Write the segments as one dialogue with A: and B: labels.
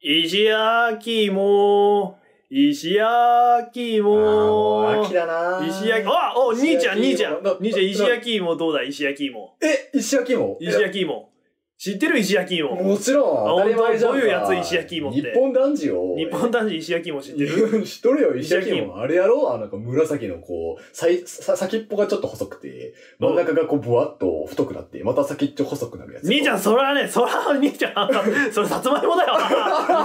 A: 石焼きも、石焼き
B: もう
A: も
B: 秋、だなぁ
A: 石焼き、あお、兄ちゃん、兄
B: 石焼き芋
A: ちゃん
B: な。
A: 兄ちゃん、
B: な
A: 石焼き芋どうだい石焼き芋。
B: え、石焼き芋
A: 石焼き芋。知ってる石焼き
B: え
A: 芋。
B: もちろん、当たり前じゃんか。
A: どういうやつ石焼き芋って
B: 日本男児よ。
A: 日本男子石焼き芋知ってる
B: 知っとるよ、
A: 石
B: 石
A: 焼
B: 焼
A: き
B: き
A: 芋
B: 芋。あれやろあの、なんか紫のこう、さいさ先っぽがちょっと細くて、真ん中がこう、ぶわっと太くなって、また先っちょ細くなるやつ。
A: 兄ちゃん、それはね、それは兄ちゃん、 それさつまいも だよ。兄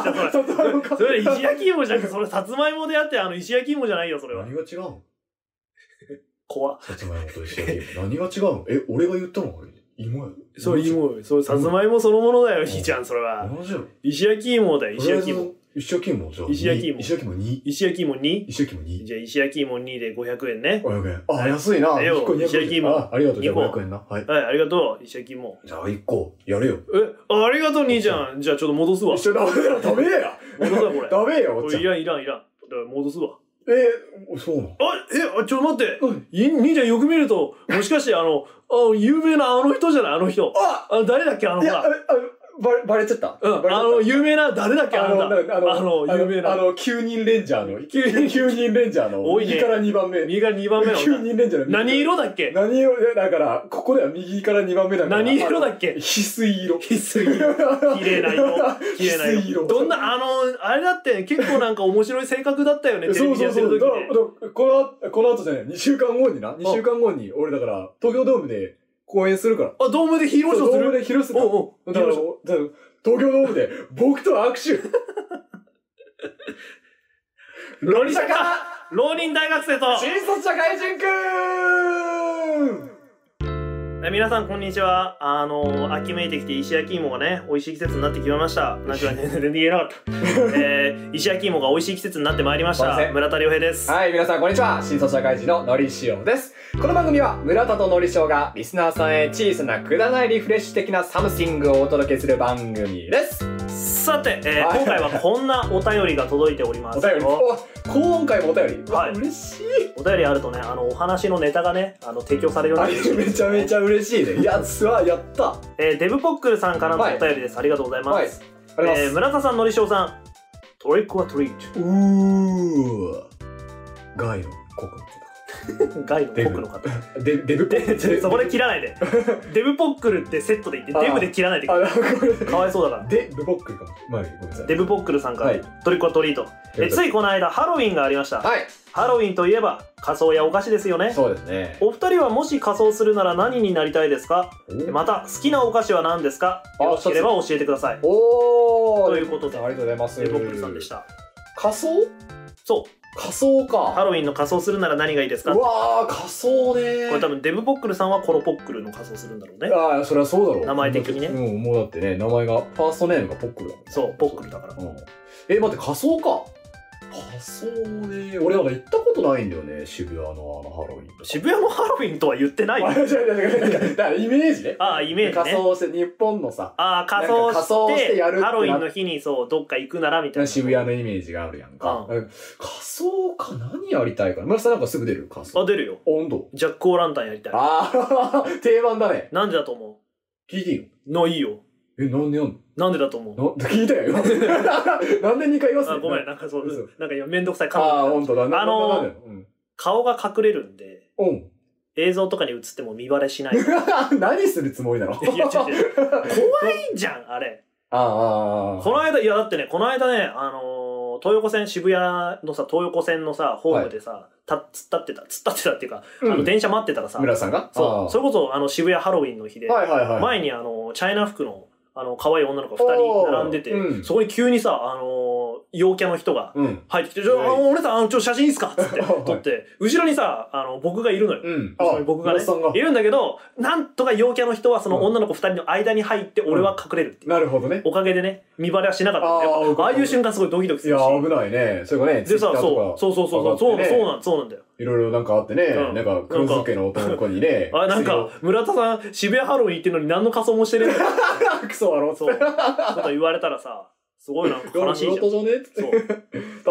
A: ちゃん、それ。
B: さつまいもか
A: それ石焼き芋じゃなくて、それさつまいもであって、あの、石焼き芋じゃないよ、それは
B: 何。が違うん
A: 怖っ
B: さつまいもと石焼き芋。何が違うのえ、俺が言ったのあれ芋や。
A: そう、。芋よ。そう、さつまいもそのものだよ、
B: うん
A: 兄ちゃん、それは。
B: 同じやろ。
A: 石焼き芋だよ、石焼き芋。。
B: 石焼き芋じゃあ
A: 石焼き芋
B: に石焼き芋2。
A: 石焼き芋 2?
B: 石焼き芋2。
A: じゃあ、石焼き芋2で500円ね。
B: 500円。あ、安いな。
A: えよ
B: 一個200円
A: 石焼き芋
B: あありがとう。じゃあ
A: 二個
B: 500円な。はい。
A: はい、ありがとう、石焼き芋。
B: じゃあ1個、やれよ。
A: え、ありがとう、兄ちゃん。じゃあ、ちょっと戻すわ。
B: 一緒だ。俺ら食べえや。
A: 戻すわ、これ。
B: 食べえや、お
A: こ
B: っち
A: れ
B: ゃん
A: い。らん、いらん、いらん。だから戻すわ。
B: え、そうなの
A: あ、え、あちょっと待って。
B: うん
A: い兄ちゃんよく見ると、もしかしてあの、あ有名なあの人じゃないあの人。
B: あ
A: あ誰だっけあの
B: い
A: ほ
B: や、あ
A: ら。
B: あバレ、バレちゃった。
A: うん、
B: バレちゃった
A: あの、有名な、誰だっけあ
B: あ
A: ん
B: の、
A: た。
B: なあの、
A: あの有名な
B: あの、9人レンジャーの、
A: 九人
B: 9人レンジャーの、
A: 多いね
B: 右から2番目。
A: 右が2番目の
B: 9
A: 女。
B: 人レンジャーの右から、
A: 何色だっけ
B: 何色いやだから、ここでは右から2番目だから。
A: 何色だ
B: っ
A: っけ
B: 翡翠 色。
A: 必須色。綺麗な色。綺麗な
B: 翡
A: 色。
B: 翠色
A: どんな、あの、あれだって結構なんか面白い性格だったよね、テレ
B: そう
A: ビで
B: そ
A: やって
B: うそ
A: る時
B: う。だ
A: ね
B: から、だからこの後、この後じゃない、2週間後にな。2週間後に、俺だから、東京ドームで公演するから。
A: あ、ドームでヒーローショー
B: そう
A: す
B: ドーム
A: る
B: で披露する
A: お
B: から
A: うおう。
B: だから、
A: ヒーローショー
B: だから東京ドームで僕と握手。ロリシャカ
A: 浪人大学生と。
B: 新卒社会人くーん
A: え皆さんこんにちはあの秋めいてきて石焼き芋がね美味しい季節になってきましたなんかね全然言えなかった、 えー、石焼き芋が美味しい季節になってまいりまし
B: すいませ
A: た
B: ん
A: 村田亮平です
B: はい、皆さんこんにちは。新卒社会人ののりしおです。この番組は村田とのりしおがリスナーさんへ小さなくだらないリフレッシュ的なサムシングをお届けする番組です。
A: さて、えー
B: はい
A: 今回はこんなお便りが届いております
B: お便り。
A: お
B: お今回もお便り。
A: はい
B: 嬉しい。
A: お便りあるとねあのお話のネタがねあの提供されるよう
B: あ
A: になって
B: れめちゃめちゃ嬉しいね。やつはやった。あ
A: えーデブポックルさんからのお
B: はい
A: 便りです、ありがとうございます、えー
B: はいりがとうございます。
A: 村田さんのりしょうさんトリックはトリート
B: うー。ガイロン、コク
A: ガイドの僕の方
B: デブ、デブ
A: でで そこで切らない でデブポックルってセットで言って
B: あー
A: デブで切らないで
B: あ
A: か
B: の、これ、
A: わいそうだから
B: デブボックかも。まあ、ごめんなさい。
A: デブポックルさんから、
B: はい
A: トリコトリートえついこの間ハロウィンがありました、
B: はい。
A: ハロウィンといえば仮装やお菓子ですよね
B: そうですね。
A: お二人はもし仮装するなら何になりたいですか
B: お
A: また好きなお菓子は何ですか
B: あ
A: よろしければ教えてください
B: おー
A: ということで
B: ありがとうございます。
A: デブポックルさんでし。た
B: 仮装
A: そう
B: 仮装か。
A: ハロウィンの仮装するなら何がいいです
B: う
A: かこ
B: わー、仮装ねー。
A: れ多分デブポックルさんはコロポックルの仮装するんだろうね
B: ああ、それはそうだろう。
A: 名前的にね
B: うん、もうだってね、名前が、ファーストネームがポックルだもんね
A: そうポックルだから
B: うん。え、待って、仮装か。仮装ね俺なんか行ったことないんだよね、渋谷のあのハロウィンとか。
A: 渋谷のハロウィンとは言ってないよ
B: あ違う違う違う違うだからイメージね。
A: ああイメージね
B: 仮装して、日本のさ、
A: ああ仮装
B: なんか仮装
A: し
B: しててやるってな
A: ハロウィンの日にそうどっか行くならみたいな
B: 渋谷のイメージがあるやんか。仮装か、何やりたいかな。村田さんなんかすぐ出る仮
A: あ
B: 装。
A: 出るよ
B: 温度。
A: ジャック・オー・ランタンやりたい
B: ああ、定番だね。
A: なんでだと思
B: 聞いていいよ。
A: うのいいよ
B: え、なんでやん
A: なんでだと思う
B: のな聞いた よ、今。なんで2回言わせ
A: あごめん、
B: あ
A: なんかそう、
B: 嘘
A: なんか今めんどくさい彼
B: あ
A: 女
B: ー、ほ
A: が
B: んとだ。な
A: あのー
B: なんでやん
A: 顔が隠れるんで、
B: うん。
A: 映像とかに映っても見バレ しない。いや、
B: うん。何するつもりなのあ
A: 違う違う。怖いじゃん、あれ。
B: あ、 ああ。
A: この間、いや、だってね、この間ね、あのー東横線、渋谷のさ、東横線のさ、ホームでさ、た、突っ立ってた、突っ立ってたっていうか、あ
B: う
A: の、
B: ん
A: 電車待ってたらさ、
B: 村田さんが
A: そう、そ
B: れ
A: れこそ、あの、渋谷ハロウィンの日で、
B: はいはいはい。
A: 前にあの、チャイナ服の、あの、可愛い女の子が二人並んでて、
B: おーうん
A: そこに急にさ、あのー陽キャの人が、
B: うん。
A: 入ってきて、ちょ、あの、俺さん、あのちょ、写真いいっすかっつって、
B: はい
A: 撮って、後ろにさ、あの、僕がいるのよ。
B: うん。
A: 後ろに僕がね
B: 村田さんが
A: い。るんだけど、なんとか陽キャの人はその
B: うん
A: 女の子二人の間に入って、俺は隠れるっていう。
B: なるほどね。
A: おかげでね、見バレはしなかったんだよ
B: あー
A: やっぱああい
B: 僕
A: う
B: も
A: 瞬間すごいドキドキす
B: い
A: る
B: や
A: し。
B: ー、危ないね。それがね、
A: でさ、
B: Twitter と
A: そ
B: か
A: う、そうそうそう、そう、
B: 上がってね
A: そうなん、そうなんだよ。
B: いろいろなんかあってね、
A: うん、
B: なんか黒ずけの男の子にね
A: あ、なんか、村田さん、渋谷ハロウィン行ってるのに何の仮装もしてねえんだよ。
B: 薬を、 クソだろ、
A: そう。こと言われたらさ、すごいなんか悲しいじ ゃん。
B: じゃねっつって
A: そう。で
B: 確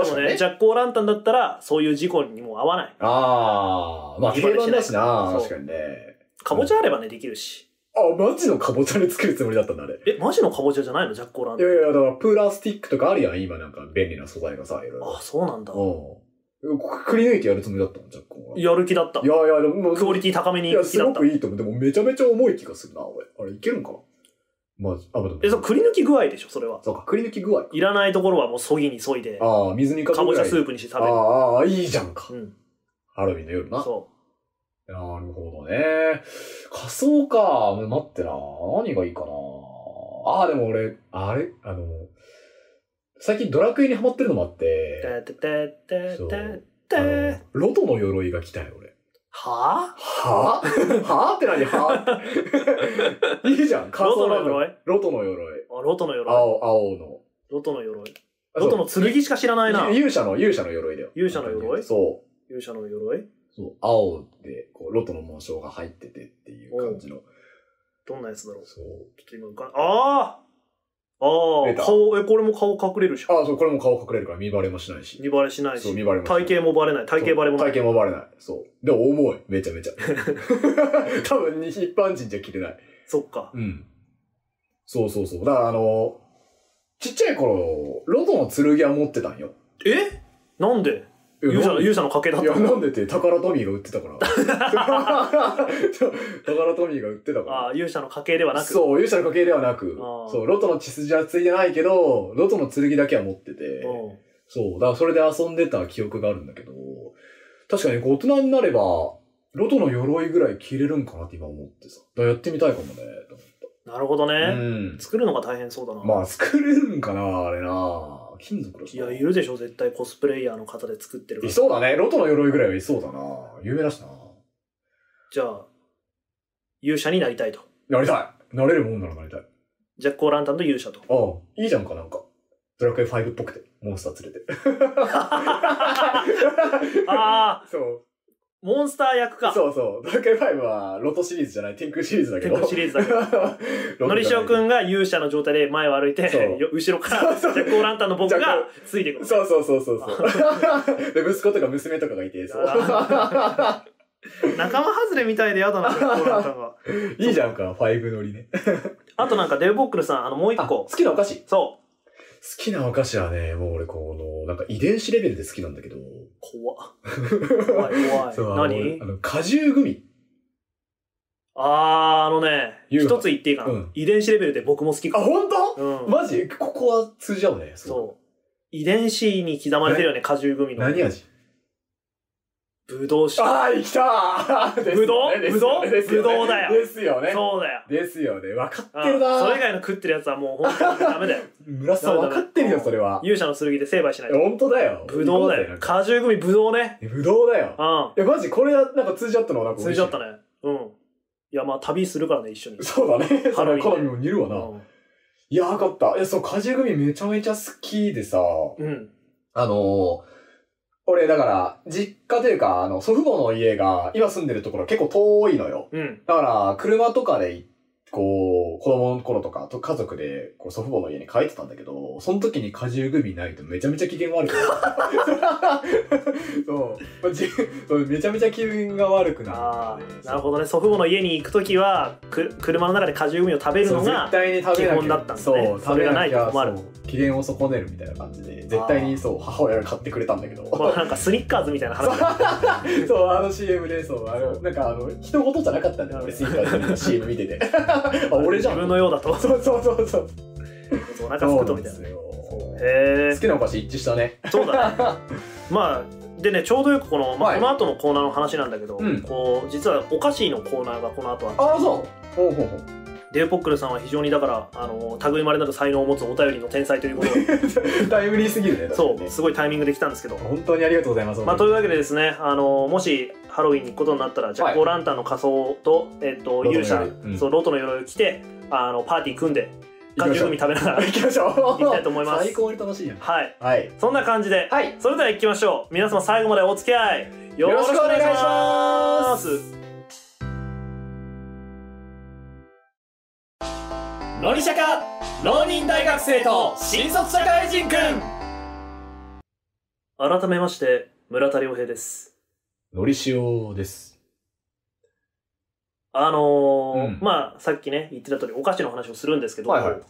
A: も
B: かに
A: ね、
B: ね。
A: ジャック・オー・ランタンだったら、そういう事故にも合わない。
B: あー、まあ
A: 見バ
B: 定
A: レしない
B: 番だしな、
A: そう
B: 確かにね。
A: かぼちゃあればね、できるし。
B: あ、マジのかぼちゃで作るつもりだったんだ、あれ。
A: え、マジのかぼちゃじゃないのジャック・オーラン
B: い
A: ド。
B: やいや、だからプーラースティックとかあるやん、今なんか便利な素材がさ、いろいろ。
A: あ、そうなんだ。
B: うん。くくり抜いてやるつもりだったの、ジャックは。
A: やる気だった
B: い。やいや、でも、
A: クオリティ高め
B: い
A: に
B: や、
A: 好き
B: す
A: だ
B: ご
A: った
B: く。いいと思う。でも、めちゃめちゃ重い気がするな、俺。あれ、いけるんかなまず、あ、待って
A: え、そう、くり抜き具合でしょ、それは。
B: そうか、くり抜き具合か。
A: いらないところはもうそぎにそいで、
B: ああ、水にか
A: かぼちゃス
B: プ
A: ープにして食べる。
B: ああ、いいじゃんか
A: う。ん。
B: ハロウィンの夜な。
A: そ
B: なるほどね。仮装か。待ってな。何がいいかな。ああ、でも俺、あれあの、最近ドラクエにハマってるのもあっ
A: う。
B: て、
A: てててて
B: そう
A: て
B: あ
A: て
B: の。、ロトの鎧が来たよ、俺。
A: は
B: はぁはぁって何は ぁいいじゃん。
A: ぁロトの
B: 鎧。
A: 鎧
B: ロトの鎧。
A: あ、ロトの鎧。
B: 青、青の。
A: ロトの鎧。
B: あ
A: ロトの剣しか知らないな
B: そう。勇者の、勇者の鎧だよ。
A: 勇者の鎧
B: そ
A: 勇者の鎧
B: う。そう。青で、こう、ロトの紋章が入っててっていう感じの。
A: どんなやつだろうちょ
B: そう。
A: っと今浮かんあああ
B: 出
A: あ
B: た
A: 顔、え、これも顔隠れるし。
B: ああ、そう、これも顔隠れるから見バレもしないし。
A: 見バレしない
B: そう、
A: し。
B: 見バレもしな
A: 体
B: い。
A: 型もバレない。体型バレも
B: そ
A: ない。
B: う体型もバレない。そう。でも重い。めちゃ めちゃ。多分、に一般人じゃ着れない。
A: そっか。
B: うん。そうそうそう。だから、あの、ちっちゃい頃、ロトの剣は持ってたんよ。
A: えなんで
B: いや
A: 勇者の、
B: なん
A: 勇者の賭けだっ
B: い
A: た
B: や、
A: の
B: なんでって、タカラトミーが売ってたから。 そうタカラトミーが売ってたか
A: ああ、勇者の賭けでは
B: ら。
A: なく。
B: そう、勇者の家系ではなく
A: あ、ー
B: そう、ロトの血筋はついてないけど、ロトの剣だけは持ってて、
A: うん
B: そう、だからそれで遊んでた記憶があるんだけど、確かにこう大人になれば、ロトの鎧ぐらい着れるんかなって今思ってさ。だからやってみたいかもね、と
A: なるほど
B: 思
A: ね。
B: うん。
A: 作るのが大変そうだな。
B: まあ、作れるんかな、あれな。金属だし
A: い
B: な。
A: や、いるでしょ、絶対コスプレイヤーの方で作ってるか
B: い
A: ら。
B: そうだね。ロトの鎧ぐらいはいそうだな。有名だしな。
A: じゃあ、勇者になりたいと。
B: なりたい。なれるもんならなりたい。
A: ジャック・オーランタンと勇者 と。
B: ああ、いいじゃんか、なんか。ドラクエ5っぽくて、モンスター連れて。
A: ああ、
B: そう。
A: モンスター役か。
B: そうそう。ドラクエ5は、ロトシリーズじゃない、天空シリーズだけ
A: テ
B: ど。
A: クシリーズだけど。
B: ロトじゃない
A: のりしおくんが勇者の状態で前を歩い
B: そ
A: て
B: う、
A: よ後ろからジ
B: そ
A: ャ
B: う
A: ック・オーランタンの僕
B: ジャッ
A: がついてくる。
B: そうそうそうそうそう。で、息子とか娘とかがいて、そう。
A: 仲間外れみたいでやだな、ジャック・オーランタンが。
B: いいじゃんか、5乗りね。
A: あとなんかデブボックルさん、あのもう一
B: あ、好
A: 個。
B: きなお菓子好
A: そう。
B: きなお菓子はね、もう俺、この、なんか遺伝子レベルで好きなんだけど。
A: 怖っ怖い
B: そう
A: 怖い。
B: あの
A: 何
B: あの、果汁グミ。
A: あー、あのね、
B: 言うの
A: 一つ言っていいかな、
B: うん
A: 遺伝子レベルで僕も好き
B: あ、
A: か
B: ほんと
A: も。うん。
B: マジここは通じ合うね。
A: そう。遺伝子に刻まれてるよね、果汁グミの。
B: 何味
A: ぶどう酒。
B: ああ、来たー
A: ぶどう
B: ですよねですよね
A: ぶどうだよ
B: ですよね。
A: そうだよ。
B: ですよね。分かって
A: う
B: る
A: ん
B: な
A: それ以外の食ってるやつはもう本当にダメだよ。
B: 村瀬さん分かってるよ、それは。
A: 勇者の剣で成敗しない と。
B: 本当だよ。
A: ぶどうだ
B: 行
A: よ。
B: こ
A: 果汁グミ、ぶどうね。
B: うぜ。ぶどうだよ。
A: う
B: いや、マジ、これはなんか通じ合ったのはなん
A: ん。
B: か
A: 通
B: 嬉しい
A: じゃったね。うん。いや、まあ旅するからね、一緒に。
B: そうだね。
A: ハロウィンで
B: その好みも似るわな。いや、分かった。いや、そう、果汁グミめちゃめちゃ好きでさ、
A: うん。うん。
B: あのー、俺、だから、実家というか、あの、祖父母の家が、今住んでるところ結構遠いのよ。
A: うん。
B: だから、車とかで、こう、子供の頃とか、と家族で、こう、祖父母の家に帰ってたんだけど、その時に果汁グミないとめちゃめちゃ機嫌悪くなる。 そうまあじそう。めちゃめちゃ気分が悪くなる。
A: ああ、なるほどね。祖父母の家に行くときは、く車の中で果汁グミを食べる
B: そ
A: の
B: う
A: が
B: 絶、対に食べなきゃ
A: 基本だったんだね
B: そう
A: それがないと
B: 食べきゃ
A: 困る
B: そう機嫌を損ねるみたいな感じで絶対にそう母親が買ってくれたんだけど
A: まあなんかスニッカーズみたいな話だ
B: そう、あの CM で、そう、あの、なんか、あの、人事じゃなかったんだよ、俺、スイカー で CM 見てて。あ、 俺じゃん。
A: 自分のようだと、
B: そうそうそうそう。
A: お腹すくとみたいな。
B: そうなんですよ
A: へえ
B: 好きなお菓子一致したね。
A: そうだねまあでねちょうどよくこの、まあ
B: はい
A: この後のコーナーの話なんだけど、
B: うん
A: こう実はお菓子のコーナーがこの後あって
B: ああ、そう。ほうほうほう。
A: デューポックルさんは非常にだからあの類まれなる才能を持つお便りの天才という こと
B: タイムリーすぎるね。
A: をそ
B: だって
A: う
B: ね
A: すごいタイミングで来たんですけど。
B: 本当にありがとうございます。
A: まあ、というわけでですね、あのもしハロウィンに行くことになったらジャック・オ・ランタンの仮装と、えっと、
B: ロトの
A: 勇者
B: 鎧うん
A: そうロトの鎧を着てあのパーティー組んで
B: 行き
A: 果
B: まし
A: 汁
B: ょう
A: 組食べながら
B: 行きましょう。行
A: きたいと思います
B: 最高に楽しいやん。
A: はい
B: はい。
A: そんな感じで、
B: はい。
A: それでは行きましょう皆様最後までお付き合いよろしくお願いします
C: のりしゃか浪人大学生と新卒社会人くん
A: 改めまして村田良平です
B: のりしおです。
A: あのー
B: うん
A: まあ、さっきね、言ってた通りお菓子の話をするんですけど、
B: はいはい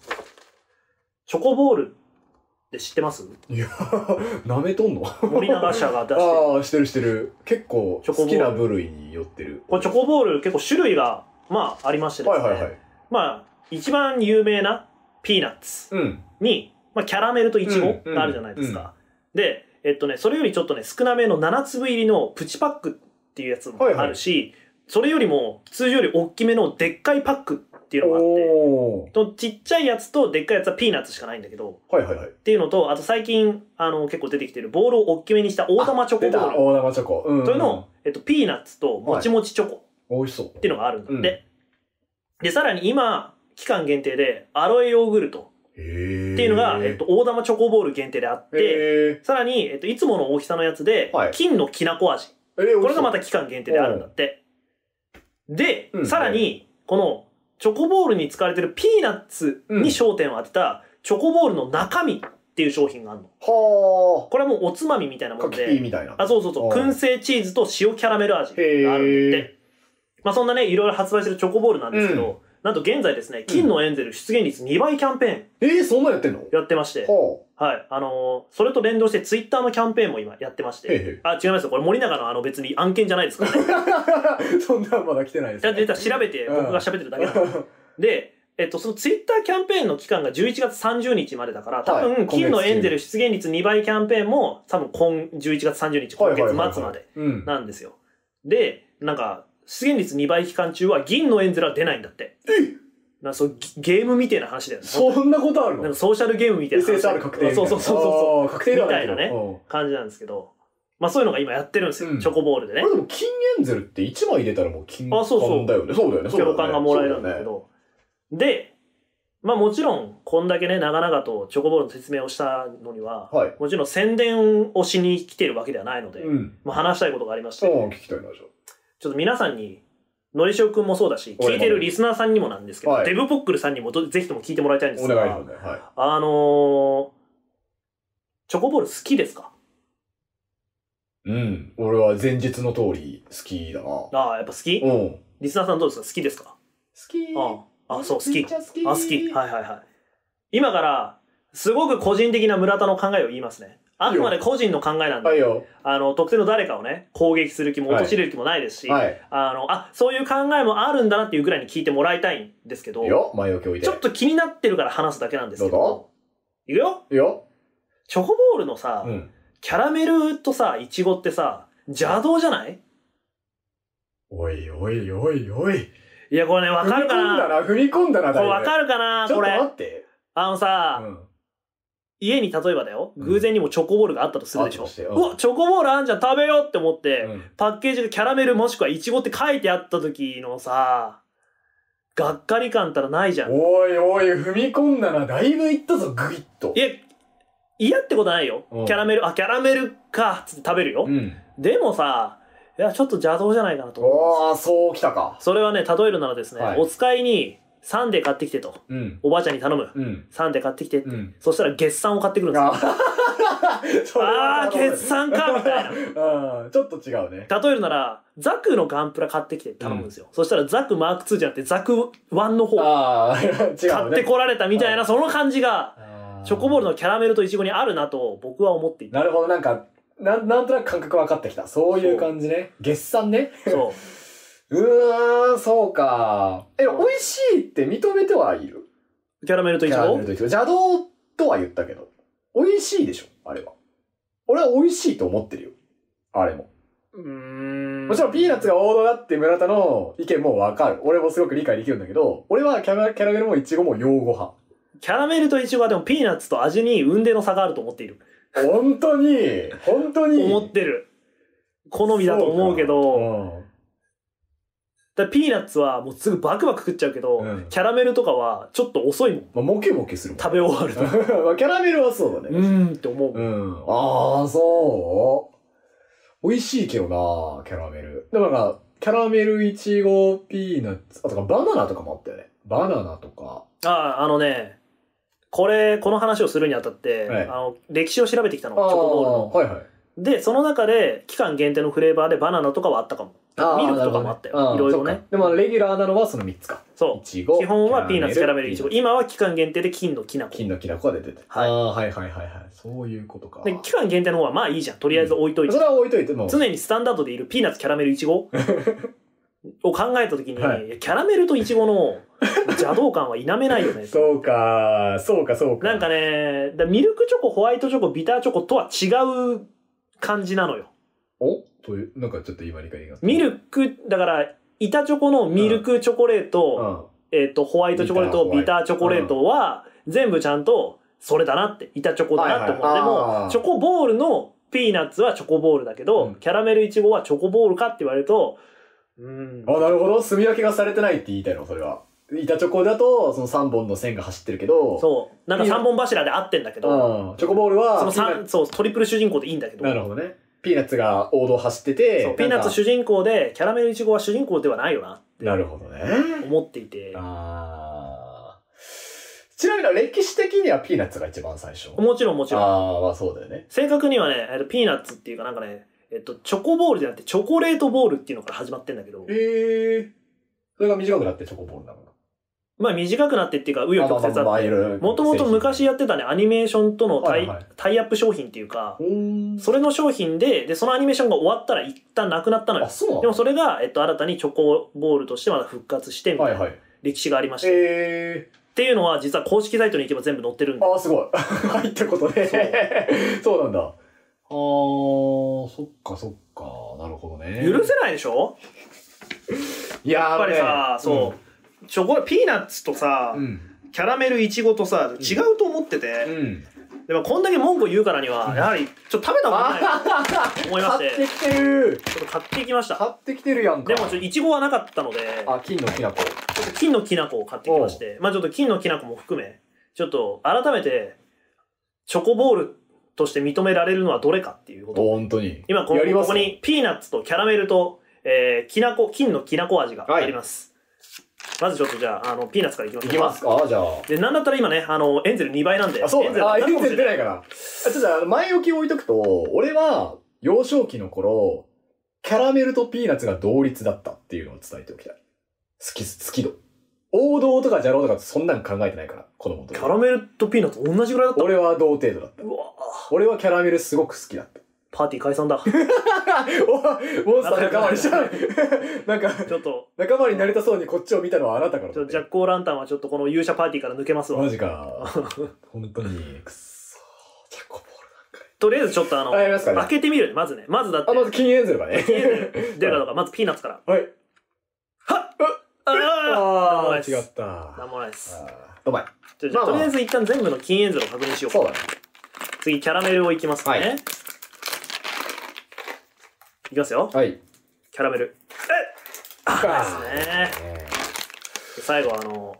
A: チョコボールって知ってます
B: いや、 舐めとんのあ
A: 森永社が出してる。
B: あー、してるしてる。結構、
A: チョコボール
B: 好きな部類に寄ってる。
A: これチョコボール結構種類が、まあ、ありましてです
B: は
A: ね。
B: いはいはい。
A: まあ、一番有名なピーナッツ
B: うん。
A: に、まあ、キャラメルとイチゴがあるじゃないですか。で、えっとね、それよりちょっとね、少なめの7粒入りのプチパックっていうやつもあるし、それよりも通常より大きめのでっかいパックっていうのがあって、
B: おー。
A: とちっちゃいやつとでっかいやつはピーナッツしかないんだけど、
B: はいはいはい。
A: っていうのと、あと最近、あの、結構出てきてるボールを大きめにした大玉チョコ
B: 出
A: ボ
B: た
A: ール
B: 大玉チョコ。うん。
A: というのを、えっと、ピーナッツともちもちチョコ
B: うん。美味しそう
A: っ。ていうのがあるんだって。で、さらに今、期間限定で、アロエヨーグルト
B: へえ。
A: っていうのが、えっと、大玉チョコボール限定であって、
B: へ
A: さらに、えっと、いつもの大きさのやつで
B: はい、
A: 金のきなこ味。
B: ーえー。
A: これがま
B: た、
A: た期間限定であるんだって。で
B: う、ん
A: さらに、この、チョコボールに使われてるピーナッツに焦点を当てた、チョコボールの中身っていう商品があるの。
B: は
A: これはもうおつまみみたいな
B: あ。
A: も
B: カ
A: ん
B: キピー
A: で、
B: みたいな。
A: あ、そうそうそう、
B: あー
A: 燻製チーズと塩キャラメル味があるんだって。まあそんなね、いろいろ発売してるチョコボールなんですけど、
B: うん
A: なんと現在ですね、金のエンゼル出現率2倍キャンペーン
B: えー、そんなんやってんの
A: やってまして、
B: は
A: はい、あのーそれと連動してツイッターのキャンペーンも今やってまして、
B: へえ
A: あ、違いますよ、これ森永のあの別に案件じゃないです からね。
B: へえ。そんなんまだ来てないです
A: だ
B: ね。
A: って実は調べて
B: うん
A: 僕が喋ってるだけなんで。で、えっと、そのツイッターキャンペーンの期間が11月30日までだから、多
B: はい
A: 分、金の
B: 今月中
A: エンゼル出現率2倍キャンペーンも、多分今、11月30日、今
B: はい
A: 月
B: はいはいはい
A: 末まで。
B: うん。
A: なんですよ。で、なんか、出現率2倍期間中は銀のエンゼルは出ないんだって。
B: え
A: なんかそうギゲームみたいな話だよね。
B: そんなことある
A: なん
B: の
A: かソーシャルゲームみたいな話
B: ?SSR 確定みたいな。
A: そうそうそうそ
B: あー確定ではないけど
A: みたいな
B: うん
A: う。感じなんですけど。まあそういうのが今やってるんですよ。
B: うん
A: チョコボールで
B: あ
A: ね
B: れ。でも金エンゼルって1枚入れたらもう金
A: あそうそう
B: 缶だよね。そうだよね。そうだよ
A: 共感
B: ね。
A: がもらえるんだけど。で、まあもちろん、こんだけね、長々とチョコボールの説明をしたのには、
B: そうだよね。
A: もちろん宣伝をしに来てるわけではないので、
B: はい。うん。
A: まあ話したいことがありまし
B: そ
A: て、
B: う聞きたいな、じゃ
A: ちょっと皆さんに、のりしおくんもそうだし、
B: おい
A: 聞いてるリスナーさんにもなんですけど、
B: はい
A: デブポックルさんにもどぜひとも聞いてもらいたいんで
B: あ。お
A: す
B: 願いしま
A: が
B: す、ね。はい。
A: あのー、チョコボール好きですか
B: うん。俺は前日の通り好きだな。う
A: ああ、やっぱ好き
B: ん。好
A: リスナーさんどうですか好きですか
B: き
A: ああ、あそう、好き。あ、
B: 好き
A: 好き。はいはいはい。今から、すごく個人的な村田の考えを言いますね。あくまで個人の考えなん
B: はい
A: で、
B: よ。
A: あの、特定の誰かをね、攻撃する気も、
B: はい
A: 陥れる気もないですし、
B: はい。
A: あの、あ、そういう考えもあるんだなっていうぐらいに聞いてもらいたいんですけど
B: いい、よ。前置き置いて。
A: ちょっと気になってるから話すだけなんですけ
B: どう
A: ど。いくよ
B: いいよ。
A: チョコボールのさ、
B: うん。
A: キャラメルとさ、イチゴってさ、邪道じゃない
B: おいおいおいおい。
A: いや、これね、わかるかな
B: 踏み込んだな、踏み込んだな、
A: これ
B: だい
A: わ
B: ぶ
A: かるかな
B: ちょ
A: こ
B: っと待
A: れ。
B: って。
A: あのさ、
B: うん。
A: 家に例えばだよ、
B: うん
A: 偶然にもチョコボールがあったとするでし
B: あ
A: ょ
B: ったとして。よ
A: うわ、チョコボールあんじゃん、食べようって思って、
B: うん
A: パッケージがキャラメルもしくはイチゴって書いてあった時のさ、がっかり感ったらないじゃん。い
B: おいおい、踏み込んだな、だいぶいったぞ、ぐいっと。
A: や、嫌ってことはないよ
B: うん。
A: キャラメル、あ、キャラメルか、つって食べるよ。
B: うん。
A: でもさ、いや、ちょっと邪道じゃないかなと思うんですよ
B: おー、そうきたか。
A: それはね、例えるならですね、
B: はい
A: お使いに3で買ってきてと。
B: うん。
A: おばあちゃんに頼む。
B: うん。
A: 3で買ってきて。
B: うん。
A: そしたら月産を買ってくるんですよ。
B: あ それは
A: あー、決算かみたいな。
B: うん、ちょっと違うね。
A: 例えるなら、ザクのガンプラ買ってきて頼むんですよ。そしたらザクマーク2じゃなくてザク1の方
B: あー、違
A: 買
B: う
A: って
B: ね。
A: こられたみたいな、
B: は
A: その感じが、
B: あ
A: チョコボールのキャラメルとイチゴにあるなと僕は思っていて。
B: なるほど、なんか、なんなんとなく感覚分かってきた。そういう感じね。月産ね。
A: そう
B: ーん、そうか。え、美味しいって認めてはいる
A: う。キャラメルとイチ
B: キャラメ
A: ゴ
B: ルとイチゴ邪道とは言ったけど。美味しいでしょ、あれは。俺は美味しいと思ってるよ。あれも。
A: うーん
B: もちろんピーナッツが王道だって村田の意見もわかる。俺もすごく理解できるんだけど、俺はキャラキャラメルもイチゴも用語派。
A: キャラメルとイチゴはでもピーナッツと味に運命の差があると思っている。
B: 本当に、本当に。
A: 思ってる。好みだと思うけど、だからピーナッツはもうすぐバクバク食っちゃうけど、
B: うん
A: キャラメルとかはちょっと遅いもん。
B: そうかうんまあ、モケモケするもん。
A: 食べ終わると。
B: まあキャラメルはそうだ
A: う
B: ね。
A: ーんって思う。
B: うん。ああ、そう。美味しいけどな、キャラメル。でもなんか、キャラメル、イチゴ、ピーナッツ、あとかバナナとかもあったよね。バナナとか。
A: ああ、あのね、これ、この話をするにあたって、
B: はい
A: あの歴史を調べてきたの、チ
B: あ
A: ョ
B: あ
A: コボールの。
B: はいはい。
A: で、その中で期間限定のフレーバーでバナナとかはあったかも。
B: あー
A: ミルクとかもあった
B: なるほ
A: よ。い
B: ど
A: ろいろ
B: ねあーそっ
A: ね
B: か。でもレギュラーなのはその3つか。
A: そ
B: いち
A: う。
B: ご。
A: 基本はピーナッツ、キャラメル、イチゴ。
B: ピーナッツ
A: 今は期間限定で金のきな粉。
B: 金のきな粉が出てて。
A: はい
B: ああ、はいはいはいはい。そういうことか。
A: で、期間限定の方はまあいいじゃん。とりあえず置いといて
B: そ。れは置いといても。
A: 常にスタンダードでいるピーナッツ、キャラメル、イチ ゴを考えた時に、
B: はい
A: いやキャラメルとイチゴ の邪道感は否めないよね。
B: そうか、そうか、そうか。
A: なんかね、だミルクチョコ、ホワイトチョコ、ビターチョコとは違う感じなのよ。
B: おという、なんかちょっと今理解が。
A: ミルク、だから、板チョコのミルクチョコレート、
B: うん。
A: えっ、と、ホワイトチョコレート、ビ
B: ビ
A: タ
B: タ
A: ーチョコレートは、全部ちゃんと、それだなって、板チョコだなって思う。
B: はいはいあ
A: でも、
B: ー
A: チョコボールのピーナッツはチョコボールだけど、
B: うん
A: キャラメルイチゴはチョコボールかって言われると、うーん。
B: あ、なるほど。炭分けがされてないって言いたいの、それは。板チョコだと、その3本の線が走ってるけど、
A: そう。なんか
B: ピーナ
A: 三本柱で合ってんだけど、
B: うん。チョコボールは、
A: その
B: ピーナ
A: 三、そう、トリプル主人公でいいんだけど、
B: なるほどね。ピーナッツが王道走ってて、
A: そうピーナッツ主人公で、キャラメルイチゴは主人公ではないよなっ
B: なるほど
A: て
B: ね。
A: 思っていて、
B: あーちなみに歴史的にはピーナッツが一番最初。
A: もちろんもちろん。
B: ああ、まあそうだよね。
A: 正確にはね、えっとピーナッツっていうかなんかね、えっと、チョコボールじゃなくて、チョコレートボールっていうのから始まってんだけど、
B: ええそれが短くなってチョコボールなのか。
A: まあ短くなってっていうか、紆余曲折あって、もともと昔や
B: や
A: ってたね、アニメーションとのタイ,、
B: はいはい
A: タイアップ商品っていうか、
B: そ
A: それの商品で、で、そのアニメーションが終わったら一旦なくなったの
B: あ、
A: よ。
B: そうなの
A: でもそれが、えっと、新たにチョコボールとしてまだ復活して、みたい
B: は
A: ない
B: はい。
A: 歴史がありまして、っ
B: え
A: ていうのは実は公式サイトに行けば全部載ってるん
B: ー、
A: で、
B: ああ、すごい。入ったことね。 そうなんだ。ああ、そっかそっか。なるほどね。
A: 許せないでしょ
B: いやー、
A: やっぱりさ、そう、チョコ、ピーナッツとさ、
B: うん。
A: キャラメルイチゴとさ、違うと思ってて、
B: うん。うん。
A: でもこんだけ文句を言うからには、やはり、ちょっと食べたことないなと思いまし
B: 買って
A: て、
B: きてる
A: ちょっと買ってきました。
B: 買ってきてるやんか。
A: でもちょっとイチゴはなかったので、
B: あ、金のきな
A: ちょ
B: 粉。
A: っと金のきな粉を買ってきまして、まあちょっと金のきな粉も含め、ちょっと改めて、チョコボールとして認められるのはどれかっていうこと。
B: 本当に。
A: 今この、
B: やりま
A: こ
B: す
A: こにピーナッツとキャラメルと、えー、きな粉、金のきな粉味があります。まずちょっとじゃあ、あの、ピーナッツからいきましょ。
B: いうきますかじゃあ。
A: で、なんだったら今ね、あの、エンゼル2倍なんで。
B: あ、そうだね。あ、
A: エンゼル
B: 全
A: になるかもし
B: 然出
A: れ
B: ないから。あ、ちょっとあの前置き置いとくと、俺は、幼少期の頃、キャラメルとピーナッツが同率だったっていうのを伝えておきたい。好き、好き度。王道とか邪道とかそんなん考えてないから、子供の
A: キ
B: 時
A: ャラメルとピーナッツ同じぐらいだった。
B: 俺は同程度だった。
A: うわ
B: 俺はキャラメルすごく好き だった。
A: パーティー解散だ。
B: おモンスター仲間にしちゃうなんか、
A: ちょっと、
B: 仲間になりたそうにこっちを見たのはあなたから
A: ちょ
B: だ
A: っと
B: って
A: ジャック・オー・ランタンはちょっとこの勇者パーティーから抜けますわ
B: マ。ジか。本当 に。くっそー。ジャコボール
A: とりあえずちょっとあの、
B: なんか。あ、やりますか
A: 開
B: ね。
A: けてみるね、まずね。まずだって
B: あ、、まず禁煙ゼロがね。
A: 出るかどうか、まずピーナッツから。
B: はい。
A: あ
B: あ
A: ー
B: あ、違っ
A: あな
B: た。
A: んもないです。
B: うまい。
A: じゃあじゃあ
B: ま
A: と
B: あまあ
A: りあえず一旦全部の禁煙ゼロ確認しよう
B: そう
A: か。
B: だね。
A: 次、キャラメルをいきます
B: は
A: ね
B: い。
A: いきますよ。
B: はい。
A: キャラメル。
B: か
A: えですね。で最後はあの、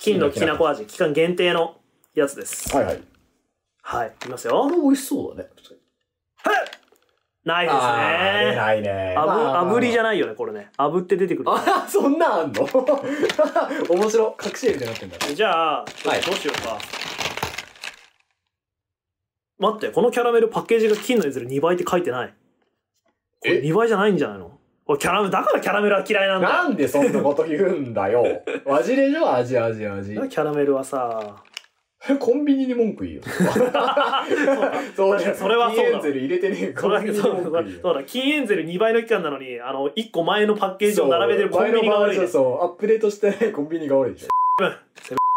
A: 金のきなこ味、期間限定のやつです。
B: はいはい。
A: はい。いきますよ。
B: 美味しそうだね。
A: ないです
B: あー出
A: ね。
B: ないね。
A: あぶ、炙りじゃ
B: ん。
A: ないよね、これね。炙って出てくる。
B: あー、そんなんあんの 面白。隠し絵みたいになってんだね。
A: じゃあ、
B: はい
A: どうしようか。待って、このキャラメルパッケージが金のいずれ2倍って書いてない。これ
B: え
A: 2倍じゃないんじゃないのおいキャラメル、だからキャラメルは嫌いなんだ。
B: なんでそんなこと言うんだよ。味でしょ味味味
A: だから。キャラメルは さ、
B: えコンビニに文句言うよ。 そう
A: 確かにそれはそうだ
B: キーエンゼル入れてねえ
A: そ
B: コ
A: う
B: ン
A: だ
B: ビ
A: け
B: ニに
A: ど、
B: 文句言うよ
A: そうだ、金エンゼル2倍の期間なのに、あの、1個前のパッケージを並べてるコンビニが悪い
B: そう前のバージョ
A: で
B: ン
A: す。
B: そうアップデートしてないコンビニが悪いでしょ。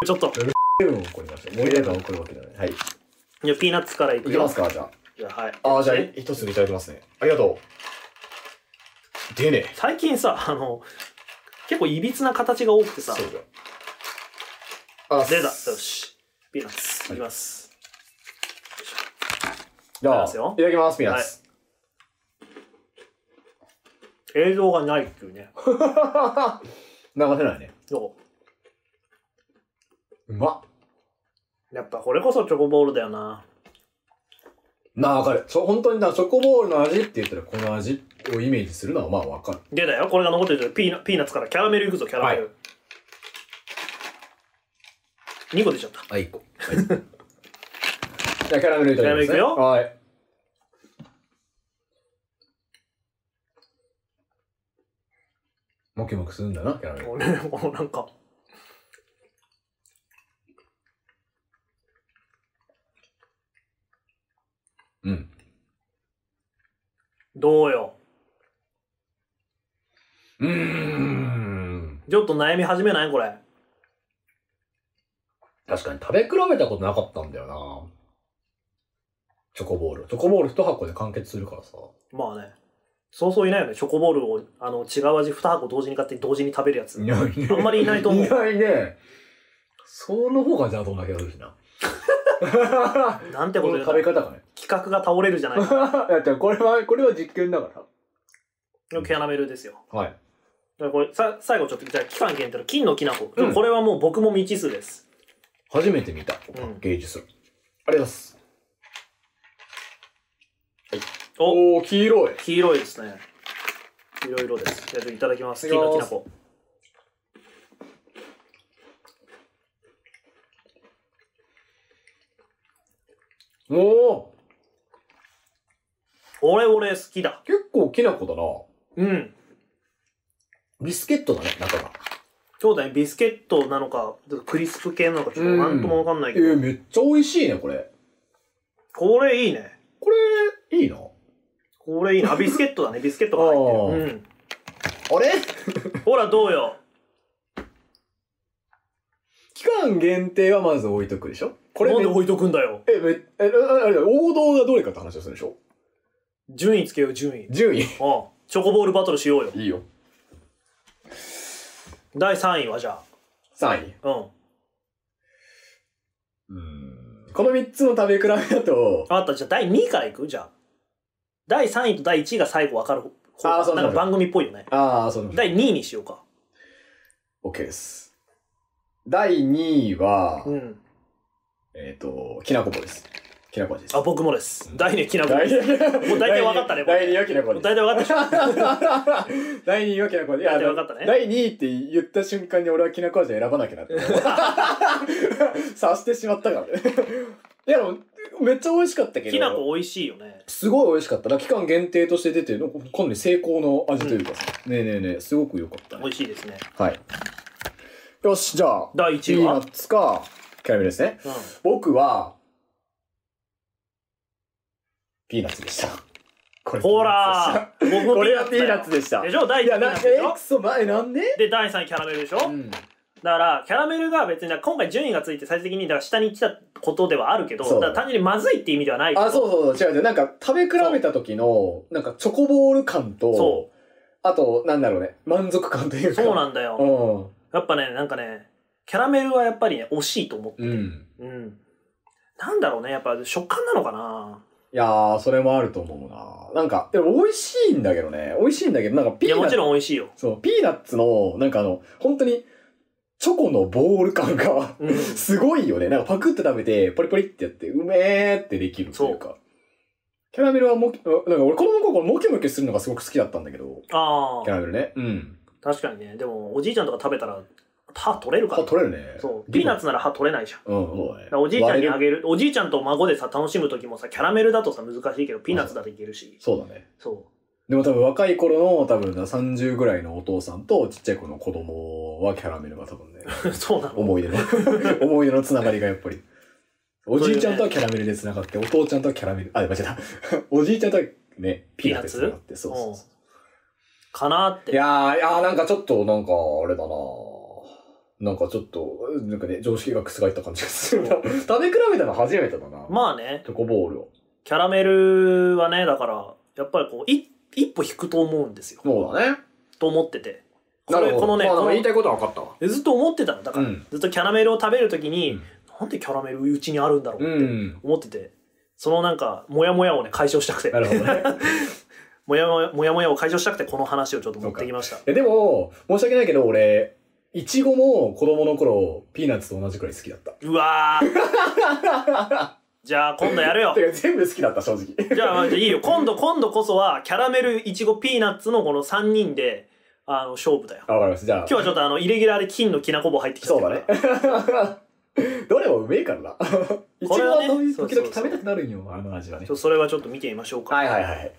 A: ちょっと、
B: セブンを怒りました。もう一回怒るわけじゃない。はい。い
A: じゃあピーナッツからいく
B: き
A: よ。
B: ますか、じゃ
A: じゃあはい。
B: あ。あーじゃあ、一粒いただきますね。ありがとう。出ねえ。
A: 最近さ、あの、結構いびつな形が多くてさ、
B: そうだ。あ、
A: 出た。よ
B: じ
A: し。ピーナッツ、いきます。
B: ゃあ、
A: いただきますよ
B: いただきます、ピーナッツ。
A: 映像がないっていうね。
B: 流せないね。
A: そう
B: まっ。
A: う。やっぱこれこそチョコボールだよな。
B: なあ、わかる。そう本当にな、チョコボールの味って言ったら、この味をイメージするのは、まあわかる。
A: でだよ、これが残ってるじゃんピーナピーナッツからキャラメルいくぞ、キャラメル。
B: は
A: 2個出ちゃった。
B: あ、一個。じゃあ、キャラメルいただきます、ね。
A: キャラメルいくよ
B: はい。モキモキするんだな、キャラメル。
A: もうね、もうなんか。
B: うん。
A: どうよ。
B: うーん。
A: ちょっと悩み始めないこれ。
B: 確かに食べ比べたことなかったんだよな。チョコボール。チョコボール一箱で完結するからさ。
A: まあね。そうそういないよね。チョコボールを、あの、違う味2箱同時に買って同時に食べるやつ。
B: いないね。
A: あんまりいないと思う
B: いないね。その方が邪道な気がするしな。
A: なんてこ
B: ことの
A: で
B: 食べ方が ね。
A: 企画が倒れるじゃないか。
B: だってこれは、これは実験だか
A: キャラメルですよ。
B: ら。はい。
A: だからこれさ最後ちょっとじゃあ期間限定の金のきなこ、
B: うん
A: これはもう僕も未知数です
B: 初めて見た。パッケージする。ありがとうございます。
A: お
B: おー、黄色い。
A: 黄色いですねいろいろですじゃあちょっといただきます
B: い
A: 金
B: ただ
A: の
B: き
A: き
B: ま
A: なこ
B: すおー、
A: 俺俺好きだ
B: 結構きな粉だな。
A: うん
B: ビスケットだね、中が。
A: そうだねビスケットなのかちょっとクリスプ系なのかちょっとなんともわかんな
B: え
A: いけど、
B: ー、めっちゃ美味しいね、これ。
A: これいいね
B: これ、いいな。
A: これいい なあビスケットだねビスケットが入ってるうん
B: あれ
A: ほらどうよ
B: 期間限定はまず置いとくでしょこ
A: これ
B: れ
A: なん
B: め
A: で置いとくんだよ
B: え、め、え、ああれ王道がどれかって話をするでしょ
A: 順位つけよう順位
B: 順位。
A: ああチョコボールバトルしようよ
B: いいよ。
A: 第3位はじゃ
B: 3位。
A: あうん
B: うん。この3つの食べ比べだと、
A: あったじゃあ第2位からいくじゃあ第3位と第1位が最後分かる方
B: あーそう
A: なんか番組っぽいよね
B: ああ、そうなんだ。
A: 第2位にしようか
B: OK です。第2位は、
A: うん
B: えっ、と、きなこ棒です。きなこ味です。
A: あ僕もです
B: うん
A: 第2位きなこ
B: 第
A: です
B: 2位
A: もう大体分かったね
B: 第2位はきなこ
A: も
B: で
A: う
B: す。
A: 大体分かったでし
B: 第2位はきなこ味。いや
A: 大体分かったね
B: 第2位って言った瞬間に俺はきなこ味を選ばなきゃなって。察してしまったからね。いや、でも、めっちゃ美味しか ったけ
A: ょ
B: ど。
A: きなこ美味しいよね
B: すごい美味しかったな。期間限定として出てるの、かなり成功の味というかさ。ねえねえねえ、すごく良かった
A: 美
B: ね。
A: 味しいですね
B: はい。よし、じゃあ、
A: 第
B: ピ
A: 1位
B: ーナ
A: は
B: ッツか、キャラメルですね。
A: うん
B: 僕は、ピーナッツでした。これ
A: ほら ー僕も
B: これはピーナッツ
A: で
B: でした。
A: で
B: い
A: しょ第1
B: や、
A: 位ピー
B: な
A: ナッ
B: ん
A: ツ
B: か、
A: でし
B: え、
A: ょ
B: くそ、前、なんで
A: で第3位キャラメルでしょだ
B: ん。
A: からキャラメルが別にだから今回順位がついて最終的にだから下に来たことではあるけど
B: そう
A: だから単純にまずいって意味ではない
B: あ、そうそうそう、違う違う。なんか、食べ比べた時の、なんか、チョコボール感と
A: そ、
B: あと、なんだろうね、満足感というか。
A: そうなんだよ
B: うん。
A: やっぱね、なんかね、キャラメルはやっぱりね、惜しいと思って。
B: うん。
A: うん。なんだろうね、やっぱ食感なのかない
B: やー、それもあると思うな。なんか、でも美味しいんだけどね。美味しいんだけど、なんかピ
A: い
B: ー
A: や、
B: ナ
A: も
B: ッ
A: ち
B: ツ、
A: ろん美味しいよ。
B: そう、ピーナッツの、なんかあの、本当に、チョコのボール感が、
A: うん。
B: すごいよね。なんかパクって食べて、ポリポリってやって、うめーってできるというか。キャラメルはもき、あなんか俺子供の頃モキモキするのがすごく好きだったんだけど、
A: あ
B: キャ
A: あ、
B: ラメルね。うん。
A: 確かにね。でも、おじいちゃんとか食べたら、歯取れるか
B: 歯
A: ら。
B: 取れるね。
A: そう。ピーナッ
B: ツ。
A: ツなら歯取れないじゃん。だ
B: うん、そうだね
A: から。おじいちゃんにあ
B: 割れる。
A: げる、おじいちゃんと孫でさ、楽しむ時もさ、キャラメルだとさ、難しいけど、ピーナッツだといけるし。
B: そうだね。
A: そ
B: でも多分若い頃の多分な30ぐらいのお父さんとちっちゃい子の子供はキャラメルが多分ね、
A: う。 そうなの。
B: 思い出の 思い出のつながりがやっぱりおじいちゃんとはキャラメルでつながってお父ちゃんとはキャラメルあ間違えた おじいちゃんとはねピーナッツでつながってそうそうそ
A: かなーっ
B: う
A: て。
B: いやーいやーなんかちょっとなんかあれだななんかちょっとなんかね常識が覆った感じがするな食べ比べたの初めてだな
A: まあね、
B: チョコボールを
A: キャラメルはね、だから、やっぱりこう、い一歩引くと思うんですよ。
B: そうだね
A: と思ってて。こ
B: な
A: れ
B: るほ
A: こ
B: ど
A: のね、
B: まあで
A: こ
B: も
A: の
B: 言いたいことは分かったわ
A: ずっと思ってたのだから、
B: うん
A: ずっとキャラメルを食べるときに、
B: うん
A: なんでキャラメルうちにあるんだろう
B: う
A: って
B: ん
A: 思ってて、そのなんかモヤモヤをね解消したくて
B: なるほどね
A: モヤモヤモヤモヤを解消したくてこの話をちょっと持ってきました
B: いやでも、申し訳ないけど、俺、いちごも子供の頃、ピーナッツと同じくらい好きだった。
A: うわー じゃあ今度やるよ
B: てか全部好きだった、正直。
A: じゃあまあじゃあいいよ今度今度こそはキャラメルいちごピーナッツのこの3人であの勝負だよ
B: あわかります。じゃあ、
A: 今日はちょっとあのイレギュラーで金のきなこ棒入ってきちゃっ
B: そ
A: た
B: う
A: か
B: だ
A: ら
B: ね。 どれもうめえからな。いちご
A: れは
B: は
A: ね
B: そういう時々
A: そうそうそう
B: 食べたくなるんよ、あの味はね
A: ちょっと。それはちょっと見てみましょうか、
B: はいはいはい。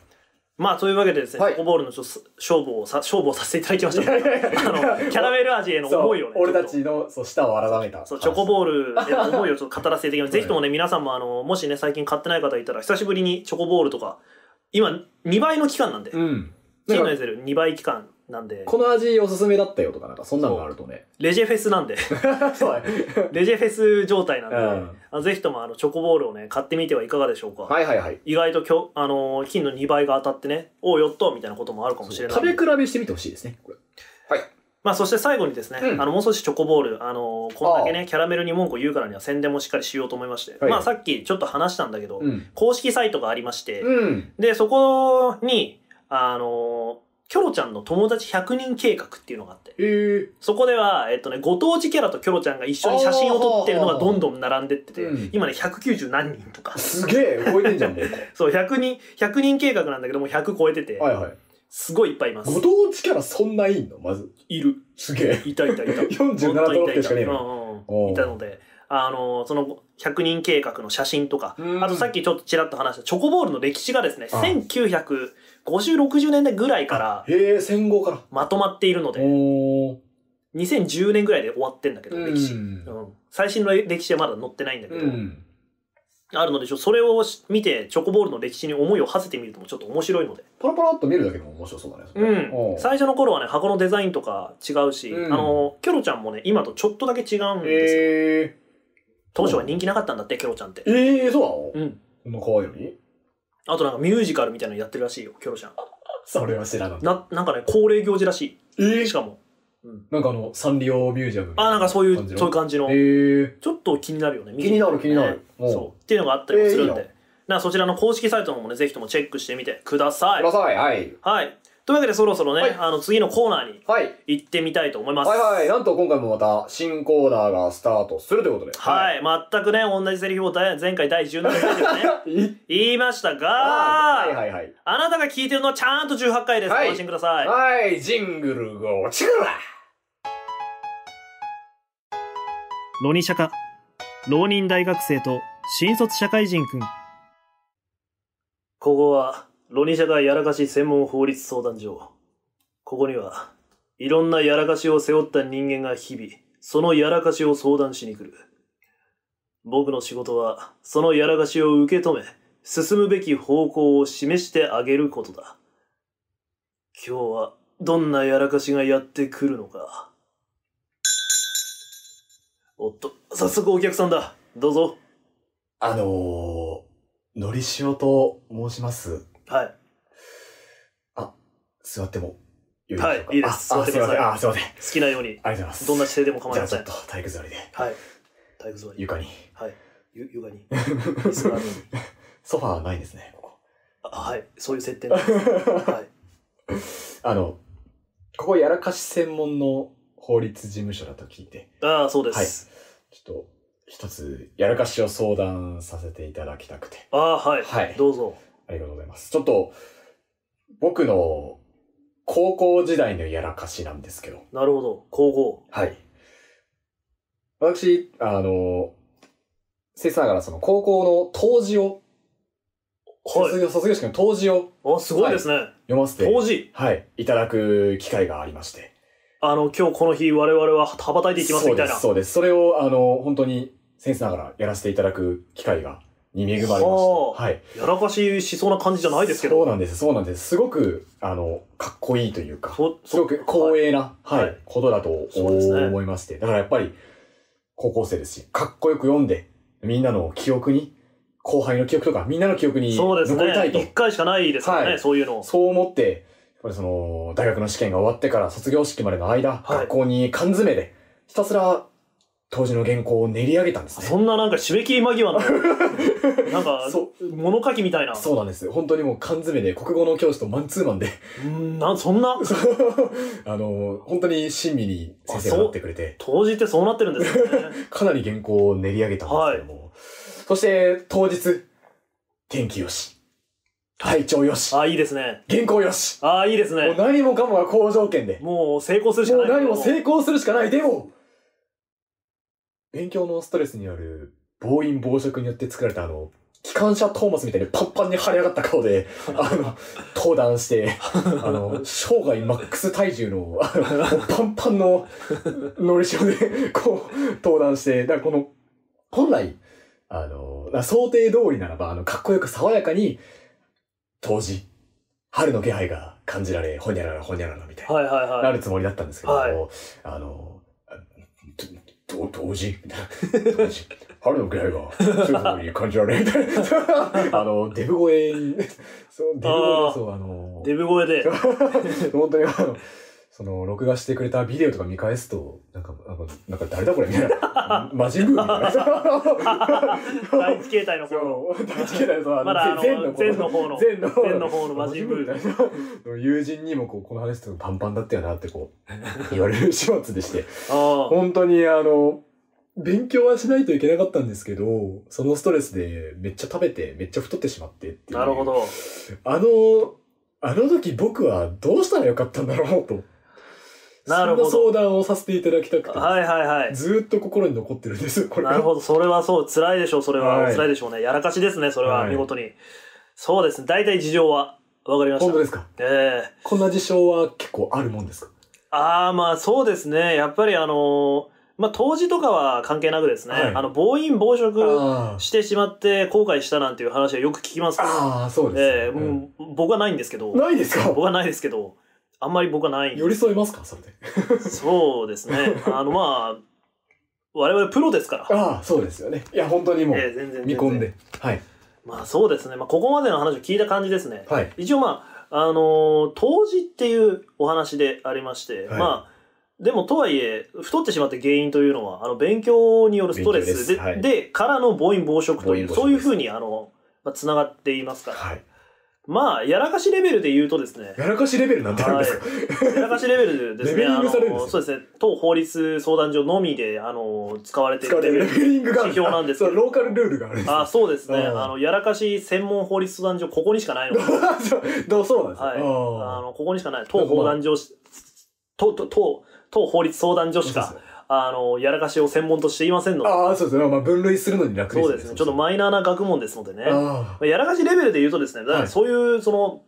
A: まあ、というわけでですね、
B: は
A: チ
B: い
A: ョコボールのちょ勝負をさ、勝負をさせていただきました。
B: いやいやいや
A: あの、キャラメル味への
B: そう
A: 思いをね。
B: 俺
A: ちょ
B: た
A: っと
B: ちのそう舌を改めた
A: そう、チョコ
B: ー
A: ボールへの思いをちょっと語らせていただきます。
B: は
A: ぜ
B: い
A: ひともね、皆さんもあの、もしね、最近買ってない方いたら、久しぶりにチョコボールとか、今、2倍の期間なんで、
B: うんな
A: 金
B: ん
A: の
B: か
A: エゼル2倍期間なんで、
B: この味おすすめだったよとかなんかそんなのがあるとね
A: レジェフェスなんで、
B: そうだ ね
A: レジェフェス状態なんで、
B: うん
A: あのぜひともあの、チョコボールをね、買ってみてはいかがでしょうか。
B: はいはいはい
A: 意外ときょ、あのー金の2倍が当たってね、おうよっと、みたいなこともあるかもしれない
B: 食
A: んで。
B: べ比べしてみてほしいですねこれ
A: まあ、そして最後にですね、
B: うん
A: あのもう少しチョコボール、あのーこんだけ
B: あ
A: ねキャラメルに文句を言うからには宣伝もしっかりしようと思いまして、
B: はい
A: まあ、さっきちょっと話したんだけど、
B: うん
A: 公式サイトがありまして、
B: うん
A: でそこにあのーキョロちゃんの友達100人計画っていうのがあって
B: えー
A: そこでは、えっとね、ご当地キャラとキョロちゃんが一緒に写真を撮ってるのがどんどん並んでってて、
B: うん
A: 今ね190何人とか
B: すげえ動いてんじゃんもう
A: そう100人100人計画なんだけどもう100超え てて、
B: はいはい
A: すごいいっぱいいます
B: ご当地キャラそんないんのまず
A: いる
B: すげえ
A: いたいたい た
B: 47
A: 本当
B: 都道
A: に
B: 府県しかねえ
A: いたい
B: の
A: たうんう
B: お
A: ん
B: う
A: いたので、あのその100人計画の写真とか、
B: うん
A: あとさっきちょっとちらっと話したチョコボールの歴史がですね、
B: ああ
A: 1950、60年代ぐらいから
B: へえ戦後から
A: まとまっているので、
B: おー
A: 2010年ぐらいで終わってんだけど、
B: うん
A: 歴史。うん最新の歴史はまだ載ってないんだけど、
B: うん
A: あるのでちょそれをし見てチョコボールの歴史に思いを馳せてみるともちょっと面白いので、
B: パラパラっと見るだけでも面白そうだねそれおう
A: 最初の頃はね箱のデザインとか違うし、
B: うん
A: あのキョロちゃんもね今とちょっとだけ違うんですよ、
B: え
A: 当初は人気なかったんだってキョロちゃんって
B: ー、えー、そうな
A: う
B: の
A: ん
B: こんな可愛いのに
A: あとなんかミュージカルみたいなのやってるらしいよ、キョロちゃん。
B: それは知らなかった
A: な、なんかね、恒例行事らし
B: え
A: い。しか
B: ー、
A: も。
B: なんかあのサンリオミュージアムみた
A: あ、なんかそういう、
B: 感じの
A: そういう感じの。
B: えー、
A: ちょっと気になるよね。
B: 気になる気になる
A: ね
B: うん
A: そう。っていうのがあったりもするん
B: えーいい
A: で。なそちらの公式サイトの方もね、ぜひともチェックしてみてくださ
B: く
A: い
B: だ。さいはい
A: はい。というわけでそろそろ
B: は
A: ね
B: い、
A: あの、次のコーナーに
B: はい
A: 行ってみたいと思います。
B: はいはいなんと今回もまた新コーナーがスタートするということで
A: はいい。全くね、同じセリフをだい前回第17回でね、
B: い
A: 言いました
B: あーはい
A: が、
B: はいはい
A: あなたが聞いてるのはちゃんと18回です。ご
B: はい
A: 安心ください。
B: はいジングルゴチクラ
A: ロニシャカ浪人大学生と新卒社会人くんここはロニシャカやらかし専門法律相談所ここにはいろんなやらかしを背負った人間が日々そのやらかしを相談しに来る僕の仕事はそのやらかしを受け止め進むべき方向を示してあげることだ今日はどんなやらかしがやってくるのかおっと早速お客さんだどうぞ
B: あのー、のりしおと申します。
A: はい
B: 座ってもよいでしょうか
A: はいいいです座
B: ああ
A: って
B: す
A: く
B: い
A: ださい
B: ません。あ、すいません。あ
A: 好きなように
B: りがとうございます。
A: どんな姿勢でも構い
B: じゃ
A: ま
B: あち
A: せ
B: ょ
A: ん
B: っと体 育座りで
A: はい体育座り
B: 床に。
A: はいゆ床に椅子があるのに
B: ソファーないんですね、こ
A: あはいそういう設定なんです
B: こ。
A: はい
B: あの、ここやらかし専門の法律事務所だと聞いて、
A: ああそうです、
B: ちょっと一つやらかしを相談させていただきたくて、
A: ああはい、
B: はい
A: どうぞ
B: ありがとうございます。ちょっと、僕の高校時代のやらかしなんですけど、
A: なるほど皇
B: はい。私、あの、せながらその高校の当時を、
A: 后は
B: 卒業卒業式の当時を
A: いあすごいですね、
B: 読ませて、
A: 当時
B: はい、いただく機会がありまして。
A: あの今日この日我々は羽ばたいていきます
B: そ
A: み
B: う
A: た
B: で
A: いな
B: す、そうです。それを、あの、本当にセンスながらやらせていただく機会が、に恵まれまして。
A: はあ
B: はい。
A: やらかししそうな感じじゃないですけ
B: そう
A: ど
B: なんです、そうなんです。すごく、あの、かっこいいというか。
A: そ
B: すごく光栄な、
A: はい
B: はい
A: はい
B: ことだと
A: そうですね
B: 思いまして、だからやっぱり、高校生ですし、かっこよく読んで、みんなの記憶に、後輩の記憶とか、みんなの記憶に
A: そうです
B: 残りた
A: ね
B: いと。
A: 一回しかないですからね、
B: はい
A: そういうの
B: そう思って、やっぱりその、大学の試験が終わってから卒業式までの間、
A: はい
B: 学校に缶詰で、ひたすら、当時の原稿を練り上げたんですね。
A: そんななんか締め切り間 際のなんか
B: そ
A: 物書きみたいな
B: そうなんです。本当にもう缶詰で、国語の教師とマンツーマンで、
A: うんなそんな
B: あの、本当に親身に先生がなってくれて、
A: 当時ってそうなってるんですよ ね
B: かなり原稿を練り上げたんですけども、そして当日、天気よし、体調よし、
A: ああいいですね
B: 原稿よし、
A: ああいいです
B: もう
A: ね
B: 何もかもが好条件で、
A: もう成功するしか
B: も
A: な
B: う
A: い
B: 何も成功するしかない。でも、勉強のストレスによる暴飲暴食によって作られたあの、機関車トーマスみたいにパンパンに腫れ上がった顔で、あの、登壇して、あの、生涯マックス体重の、あのもうパンパンの、のりしおで、こう、登壇して、だからこの、本来、あの、な想定通りならば、あの、かっこよく爽やかに、当時、春の気配が感じられ、ほにゃららほにゃららみたいな。
A: はいはいはい。
B: なるつもりだったんですけども、
A: はい
B: あの、あど、ど同時みたいな。同時。春の気配が、そういう 風に感じられるみたいな。あの、デブ声に、そう、デブ声
A: あ
B: が
A: ー
B: そう、あの、
A: デブ声で。
B: 本当にあの、その、録画してくれたビデオとか見返すと、なんか、なんか、なんか誰だこれみたいな。マジンブーみた いな。
A: 第一形態の頃の。
B: そう、大好きだよ、そう、
A: まだあの、
B: 全の
A: 全の方の。
B: 全の方
A: 全の方のマジンブー。
B: の 友人にもこうこの話するとパンパンだったよなってこう言われる始末でして
A: ああ。
B: 本当にあの勉強はしないといけなかったんですけどそのストレスでめっちゃ食べてめっちゃ太ってしまってっていう
A: なるほど。
B: あのあの時僕はどうしたらよかったんだろうと
A: なるほど
B: そんな相談をさせていただきたくて、
A: はいはいはい。
B: ずーっと心に残ってるんですこれ
A: なるほど。それはそう、辛いでしょう。それは、
B: はい
A: 辛いでしょうね。やらかしですね。それは、
B: はい
A: 見事に。そうですね。大体事情は、わかりまし
B: 本
A: た
B: 当。ですか
A: ええ
B: こんな事象は結構あるもんですか
A: ああ、まあそうですね。やっぱりあのまあ当時とかは関係なくですね。
B: はい
A: あの、暴飲暴食
B: あー
A: してしまって後悔したなんていう話はよく聞きますけど。
B: あーそうです、
A: ええうん僕はないんですけど。
B: ないですか
A: 僕はないですけど、あんまり僕は ないんで
B: 寄り添えますかそれで。
A: そうです ね。あの、まあ、我々プロですから。
B: ああ、そうですよね。いや、本当にも
A: え
B: う、
A: え全然
B: 見込ん。で。はい。
A: まあそうですね。まあここまでの話を聞いた感じですね。
B: はい。
A: 一応まあ、あのー、当時っていうお話でありまして、
B: はい
A: まあ、でもとはいえ、太ってしまった原因というのは、あの、勉強によるストレスで
B: 勉強ですはい
A: でからの暴飲暴食とい
B: 暴飲
A: う、
B: 暴食
A: そういうふうに、あの、まあ、つながっていますから。
B: はい。
A: まあ、やらかしレベルで言うとですね、
B: やらかしレベルなんてあるんですか
A: やらかしレベルでですね、
B: レベリングされるんですね
A: あのそうですね、当法律相談所のみで、あの、使われている
B: 使われ
A: レベ
B: る
A: ル
B: レベリングがある。
A: 指標なんですけど
B: そう、ローカルルールがあるんです。
A: あ、そうですね。
B: うん
A: あの、やらかし専門法律相談所、ここにしかないので。はい。
B: そうどうそうなんです
A: あ
B: ねあ
A: の、ここにしかない。当法談所し、当、当、当、当法律相談所
B: あ
A: しか、あの、やらかしを専門としていませんので。
B: ああ、そうですね。まあ、分類するのに楽ですね。
A: そうですね。ちょっとマイナーな学問ですのでね。
B: あ
A: やらかしレベルで言うとですね、だか
B: は
A: ら
B: い
A: そういう、その、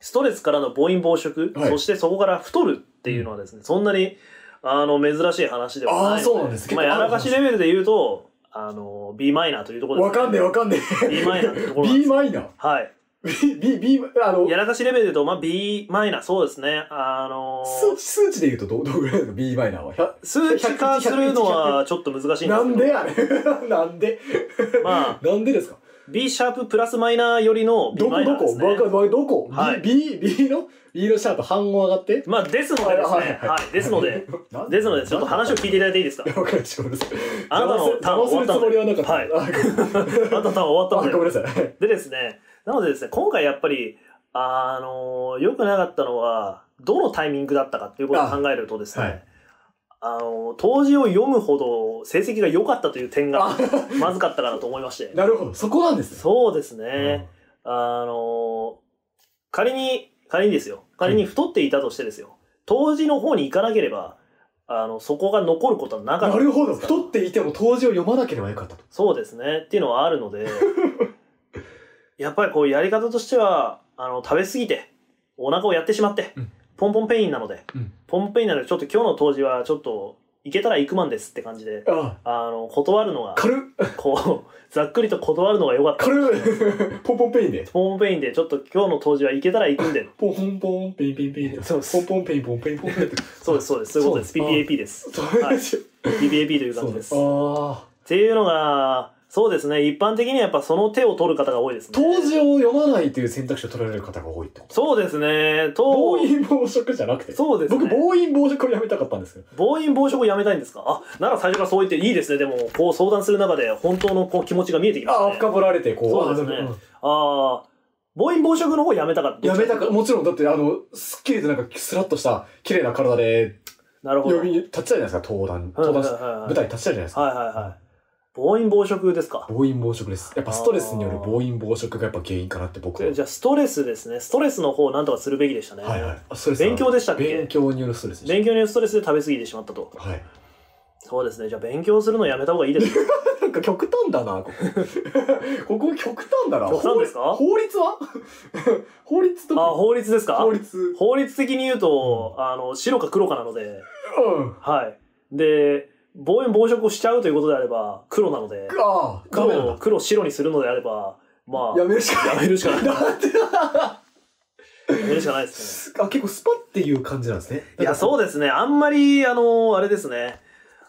A: ストレスからの暴飲暴食、
B: はい
A: そしてそこから太るっていうのはですね、そんなに、あの、珍しい話で
B: あ。
A: は
B: あ
A: ない
B: あ、
A: ので。
B: そうなんです。
A: まあ、やらかし
B: レ
A: レベルで言うと、あの、B マイナーというところ
B: わ
A: です、
B: かんねえ、わかんねえ。
A: B マイナーってところなんで
B: B
A: す
B: マイナー。
A: はい。
B: B、B、B、あの
A: や、らかしレベルで言うと、まあ、B マイナー、そうですね。あの
B: 数値、数値で言うとど、どうぐらいですか ?B マイナーは。ひゃ
A: 数値化するのはちょっと難しいんで
B: な
A: す
B: ん
A: け
B: でやねん なんで
A: ど、まあ、
B: なんでですか
A: B シャーププラスマイナーよりの B
B: ど
A: マ
B: こ
A: イナー
B: ど
A: です
B: こ
A: ね
B: バ。カバカどこ、
A: はい
B: ?B、B の ?B のシャープ半音上がって
A: まあ、ですのでですね、はい、ですので、、
B: なん
A: ですので、ちょっと話を聞いていただいていいですか
B: わかりましたごめんなさい。
A: あなたのターン
B: 邪魔す
A: 終わっ
B: る
A: た
B: つ
A: の
B: もり
A: で。
B: はなかった。
A: はいあ
B: い。
A: なたのターン終わ
B: あ、
A: った
B: ご
A: の
B: め
A: で。
B: んなさい。
A: でですね、なのでですね、今回やっぱり、あの良くなかったのは、どのタイミングだったかっていうことを考えるとですね、
B: あ
A: あ,、
B: はい
A: の、当時を読むほど成績が良かったという点が
B: あ、
A: まずかったかなと思いまして。
B: なるほど。そこなんですね。
A: そうですね。あの、仮に、仮にですよ。仮に太っていたとしてですよ。当時の方に行かなければ、あの、そこが残ることはな
B: うん
A: かった
B: な。るほど。太っていても当時を読まなければよかったと。
A: そうですね。っていうのはあるの で、やっぱりこうやり方としては、あの、食べ過ぎて、お腹をやってしまって、
B: うん
A: ポンポンペインなので、
B: うん
A: ポンポンペインなので、ちょっと今日の当時はちょっと、行けたら行くまんですって感じで、
B: あ
A: あの、断るのが
B: あ、、軽っ。
A: こう、ざっくりと断るのが良かった。
B: 軽っ。ポンポンペインで。
A: ポンポンペインで、ちょっと今日の当時は行けたら行く んで、
B: ポンポンポンペインペインペインって。
A: そうです
B: ポンポンペインポンペインポンペインって。
A: そうです、そうです、そういうことです。
B: そう
A: PPAP です。
B: そうです。
A: PPAP という感じです。
B: あ
A: っ
B: あ。
A: ていうのが、そうですね、一般的にはやっぱその手を取る方が多いですね。
B: 当時を読まないという選択肢を取られる方が多いってこと
A: そうですね、当
B: 暴飲暴食じゃなくて。
A: そうですね。
B: 僕、暴飲暴食をやめたかったんですよ。
A: 暴飲暴食をやめたいんですかあ、なら最初からそう言っていいですね。でも、こう相談する中で本当のこう気持ちが見えてきました、
B: ああ、
A: ね。
B: 深掘られて、こう。
A: そうですね
B: ああも
A: ああ、暴飲暴食の方やめたかった。
B: やめたか、もちろん、だって、あの、すっきりとなんか、スラッとした、綺麗な体で、
A: なるほど。
B: 呼び、立ちたいじゃないですか、登壇、
A: うん
B: 登壇し、
A: はい
B: 舞台立ちたいじゃないですか。
A: はいはいはい。暴飲暴食ですか。
B: 暴飲暴食です。やっぱストレスによる暴飲暴食がやっぱ原因かなって僕は。
A: じゃあ、ストレスですね。ストレスの方をなんとかするべきでしたね。
B: はいはい。あストレス
A: 勉強でしたっけ
B: 勉強によるストレスでし
A: 勉強によるストレスで食べ過ぎてしまったと。
B: た。はい。
A: そうですね。じゃあ、勉強するのやめた方がいいですね。
B: なんか極端だな、ここ。 ここ極端だな。
A: 極端ですか
B: 法法律は法律と
A: あ、
B: か。
A: 法律ですか
B: 法律。
A: 法律的に言うと、あの、白か黒かなので、
B: うん。
A: はい。で、暴飲暴食をしちゃうということであれば、黒なので、
B: ああ、ダメなん
A: 黒
B: だ
A: を。黒白にするのであれば、まあ、
B: やめるしかない。
A: やめるしか ない
B: だって
A: やめるしかないですね。
B: あ、結構スパっていう感じなんですね。
A: いや、そうですね。あんまり、あの、あれですね。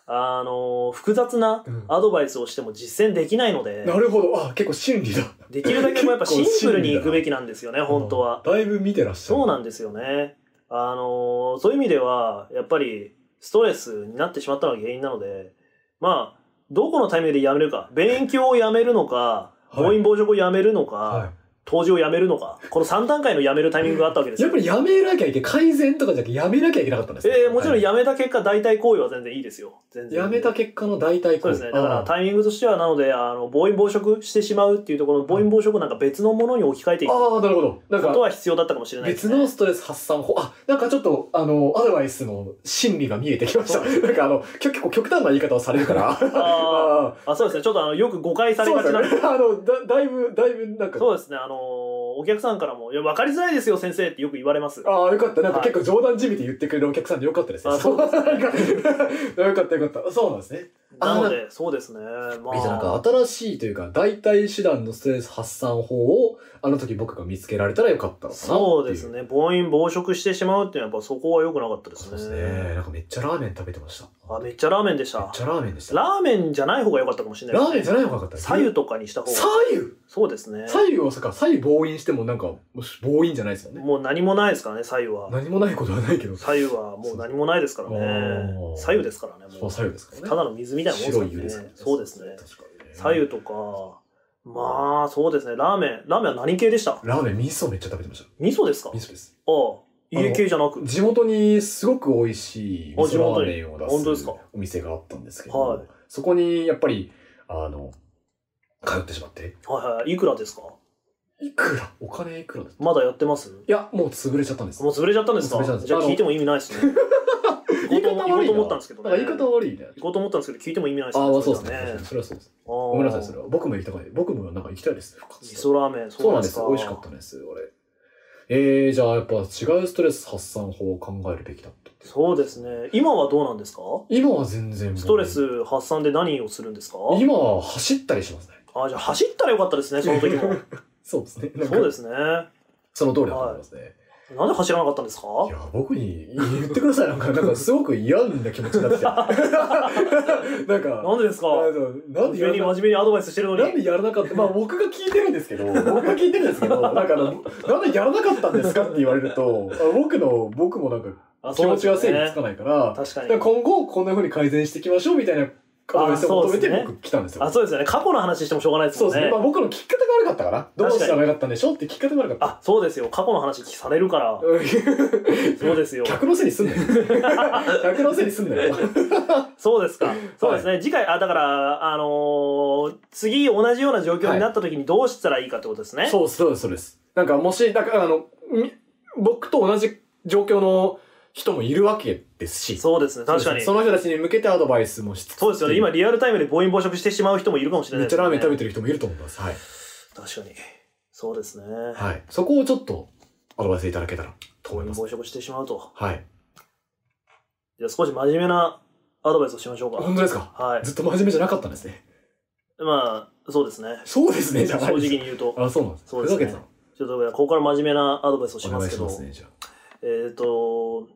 A: あの、複雑な
B: うん
A: アドバイスをしても実践できないので、
B: なるほど。あ、結構真理だ。
A: できるだけもやっぱシンプルに行くべきなんですよね、本当は。
B: だいぶ見てらっしゃる。
A: そうなんんですよね。あのーそういう意味では、やっぱり、ストレスになってしまったのが原因なので、まあ、どこのタイミングでやめるか、勉強をやめるのか、
B: はい
A: 暴飲暴食をやめるのか、
B: は
A: 当時をやめるのか、この3段階のやめるタイミングがあったわけで
B: い。
A: す
B: や
A: よ
B: っぱ。りやめなきゃいけない。改善とかじゃなくてやめなきゃいけなかったんですね
A: えーもちろん
B: はい
A: やめた結果、代替行為は全然いいですよ。全然。
B: やめた結果の大体
A: そ
B: こ
A: う
B: う
A: ですね。だからタイミングとしては、なので、あの、暴飲暴食してしまうっていうところの、暴飲暴食をなんか別のものに置き換えていくこ
B: ああ、なるほど。なん
A: と
B: か、
A: は必要だったかもしれないです
B: 別
A: ね。
B: のストレス発散法。あ、なんかちょっと、あの、アドバイスの心理が見えてきました。なんかあの、きょ結構極端な言い方をされるから。
A: あ
B: あ
A: ーあ、そうですね。ちょっとあの、よく誤解
B: あ、
A: され
B: そう
A: が
B: で
A: ち
B: す
A: なん
B: よ
A: で
B: ね。あの、だ、だいぶ、だいぶ、なんか、
A: そうですね、あのーお客さんからも、いや、分かりづらいですよ、先生ってよく言われます。
B: ああ、よかった。なんか結構冗談じみて言ってくれるお客さんでよかったですね。
A: あそう
B: ですよかったよかった。そうなんですね。
A: なので、そうですね、ま
B: えじゃあなん
A: あ
B: か、新しいというか、代替手段のストレス発散法を、あの時僕が見つけられたらよかったのかなってい
A: そうです。ね、暴飲暴食してしまうっていうのは、やっぱそこは良くなかったです
B: そう
A: ね。
B: ですね。なんかめっちゃラーメン食べてました。
A: あ、
B: めっ
A: めっちゃラーメンでし
B: ちゃ
A: た。
B: ラーメンでした。
A: ラーメンじゃない方が良かったかもしれな
B: ラ
A: い
B: ーメン
A: です
B: じ
A: ね。
B: ゃないのがよかったですね。
A: 左右とかにした方が。
B: 左右
A: そうですね。
B: 左右をさ、左右暴飲してもなんか、もう暴飲じゃないですよね。
A: もう何もないですからね、左右は。
B: 何もないことはないけど。
A: 左右はもう何もないですからね
B: そう。
A: 左右ですからね、
B: そ
A: も
B: う
A: う。
B: 左右ですからね。
A: ただの水みたいなもん
B: 白い湯
A: で
B: ですす
A: か
B: からら
A: ね。そうですね。
B: 確かにね
A: 左右とか、まあ、そうですね、ラーメン。ラーメンは何系でした
B: ラーメン味噌めっちゃ食べてました。
A: 味噌ですか
B: 味噌です。
A: ああ、家系じゃなく。
B: 地元にすごく美味しい
A: あ
B: 味噌ラーメンを
A: 地元
B: 出
A: に本当です
B: す
A: か
B: お店があったんですけ
A: はい
B: ど、そこにやっぱり、あの、通ってしまって、
A: はいはい。いくらですか
B: いくらお金いくらです
A: まだやってます
B: いや、もう潰れちゃったんです。
A: もう潰れちゃったんです
B: も
A: か
B: う潰れちゃったんです
A: じゃあ聞いても意味ないですね。
B: 言い方
A: 行こ
B: 悪
A: う
B: い
A: と
B: な。
A: 思ったんですけどね。
B: なんか言い方悪いね。
A: 行こうと思ったんですけど、聞いても意味ないですね。
B: ああ、そうですね
A: れは。
B: それはそうです。
A: あー
B: ごめんなさい、それは。僕も行きたかった。僕もなんか行きたいです。復活
A: 味噌ラーメン、
B: そう
A: そう
B: な
A: なん
B: ん
A: で
B: ですす。
A: か。
B: 美味しかったです、俺。えー、じゃあやっぱ違うストレス発散法を考えるべきだったっていう
A: そうですね。今はどうなんですか
B: 今は全然もう
A: ストレス発散で何をするんですか
B: 今は走ったりしますね。
A: あ、じゃあ走ったらよかった ですね、その時も。
B: そうですね。。
A: そうですすね。な
B: その通りだと思いますね。
A: んで走らなかったんですか
B: い、や、僕に 言ってください。なんか、なんかすごく嫌な気持ちになってき た。なんか、
A: なんでですか
B: あのなんで
A: 急
B: や
A: に
B: ら
A: 真
B: な
A: 面目にアドバイスしてるの
B: なん
A: に。
B: でやらなかったまあ僕が聞いてるんですけど、 僕が聞いてるんですけど、なんかあの、なんでやらなかったんですかって言われると、あ僕の、僕もなんか
A: あ
B: 気
A: そうで
B: 持ち
A: すね
B: が整理つかないから、
A: 確か
B: だから
A: に。
B: 今後こんな風に改善していきましょうみたいなアドバイスを求めて
A: あそうですね
B: 僕来たんですよ。
A: あ、そうですよね。過去の話してもしょうがないです
B: そう
A: もん
B: ですね。
A: ね
B: まあ。僕の聞き方が悪かったから、どうしたらよかったんでしょうって聞き方が悪かった。
A: あ、そうですよ。過去の話されるから。そうですよ。
B: 客のせいにすんなよ。 客のせいにすんなよ。
A: そうですか。そうですね。次回、あ、だから、あのー次同じような状況になった時にどうしたらいいかってことですね。
B: そうです、そうです、そうです。なんかもし、だからあの、み僕と同じ状況の人もいるわけですし。
A: そうですね。確かに。
B: そ
A: そう
B: の人たちに向けてアドバイスもしつつ。
A: ですよね。今、リアルタイムで暴飲暴食してしまう人もいるかもしれな
B: め
A: い
B: っ
A: で
B: ちゃ
A: す、ね。
B: ラーメン食べ
A: て
B: てる人もいると思います。はい。
A: 確かに。そうですね。
B: はい。そこをちょっと、アドバイスいただけたらと
A: 暴
B: 思い
A: 飲
B: ます。
A: 暴食してしまうと。
B: はい。
A: じゃあ少し真面目なアドバイスをしましょ
B: 本
A: う
B: 当ですか
A: か。はい。
B: ずっと真面目じゃなかったんですね。
A: まあ、そうですね。
B: そうですね、じ
A: 正
B: ゃない
A: 直
B: です
A: に言うと。
B: あ、そうなんです。
A: そう
B: ふ
A: です
B: ざ
A: ね
B: けてたの。
A: ちょっと、ここから真面目なアドバイスをし
B: お
A: ま
B: 願
A: すけ
B: いし
A: ど。
B: ますね、じゃあ。
A: えっ、と、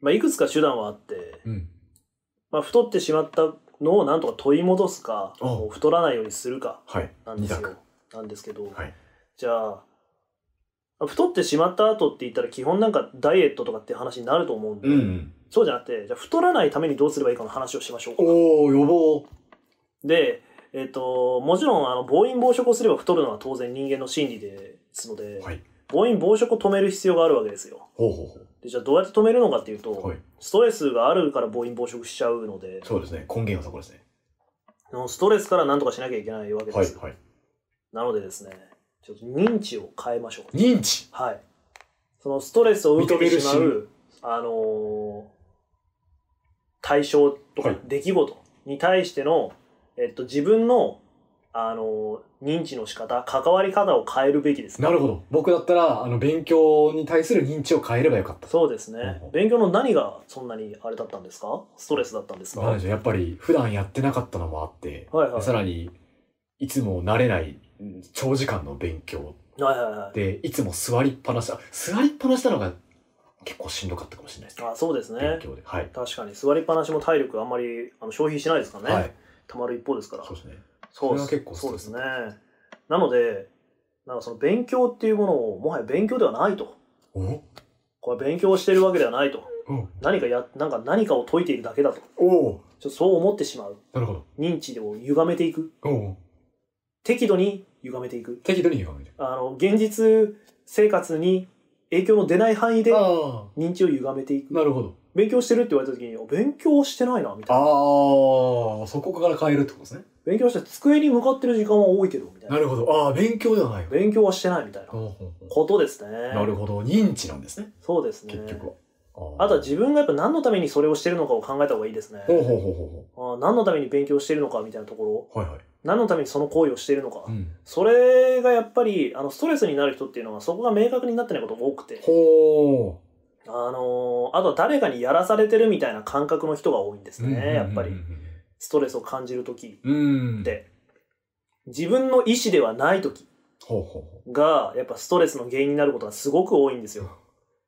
A: まあ、いくつか手段はあって、
B: うん。
A: まあ、太ってしまったのをなんとか取り戻すか、
B: ああ
A: もう太らないようにするか
B: はい。
A: なんです
B: 二
A: よ。なんですけど、
B: はい
A: じゃあ、太ってしまった後って言ったら基本なんかダイエットとかって話になると思うんで、
B: うん。
A: そうじゃなくて、じゃあ太らないためにどうすればいいかの話をしましょう。
B: おー、予防。
A: で、えっ、と、もちろんあの暴飲暴食をすれば太るのは当然人間の心理ですので、
B: はい
A: 暴飲暴食を止める必要があるわけですよ。
B: ほうほうほ
A: でじゃあどうやって止めるのかっていうと、
B: う。はい。
A: ストレスがあるから暴飲暴食しちゃうので、
B: そうですね。根源はそこですね。
A: そのストレスから何とかしなきゃいけないわけで
B: はい
A: す。。
B: はい。
A: なのでですね、ちょっと認知を変えましょう。
B: 認知。
A: はい。そのストレスを受けてしま
B: 認め
A: う、あのー対象とか
B: はい
A: 出来事に対してのえっと、自分の、あの、認知の仕方、関わり方を変えるべきですか
B: なるほど。僕だったら、あの、勉強に対する認知を変えればよかった。
A: そうですね
B: うん。
A: 勉強の何がそんなにあれだったんですかストレスだったんですか
B: なんでしょうやっぱり、普段やってなかったのもあって、
A: はいはい
B: さらに、いつも慣れない、うん長時間の勉強
A: はいはいはい。
B: で、いつも座りっぱなし、あ座りっぱなしなのが結構しんどかったかもしれないですね。
A: あそうですね
B: 勉。強で。はい。
A: 確かに座りっぱなしも体力あんまりあの消費しないですからね、
B: はい。
A: たまる一方ですから
B: そうですね。
A: そう
B: それは結構ス
A: そ
B: ト
A: う
B: レ
A: で
B: ス
A: すねなのでなんかその勉強っていうものをもはや勉強ではないと
B: お
A: これは勉強をしてるわけではないと
B: うん
A: 何かやなんか何かを解いているだけだとちょ
B: おう
A: っとそう思ってしまう
B: なるほど。
A: 認知を歪めていく
B: おう
A: 適度に歪めていく
B: 適度に言わないで。
A: あの現実生活に影響の出ない範囲で
B: あ
A: 認知を歪めてい
B: あ、
A: く
B: なるほど。
A: 勉強してるって言われた時にあ勉強してないなみたいな
B: ああ、そこから変えるってことですね。
A: 勉強して机に向かってる時間は多いけどみたいな
B: なるほど。ああ、勉強ではない。
A: 勉強はしてないみたいな
B: ほうほうほ
A: ことですね。
B: うなるほど。認知なんですね。
A: そうですね。
B: 結局は。ー
A: あとは自分がやっぱ何のためにそれをしてるのかを考えた方がいいですね。
B: ほうほうほうほ
A: あー何のために勉強してるのかみたいなところ、
B: うほう。はいはい。
A: 何のためにその行為をしてるのか、
B: うん。
A: それがやっぱりあのストレスになる人っていうのはそこが明確になってないことが多くて、
B: ほ
A: あのーあとは誰かにやらされてるみたいな感覚の人が多いんです
B: う。うんうんうんうん
A: ね、やっぱり。。ストレスを感じるとき、
B: うん。
A: で自分の意思ではないとき、
B: ほうほうほ
A: がやっぱストレスの原因になることがすごく多いんですよ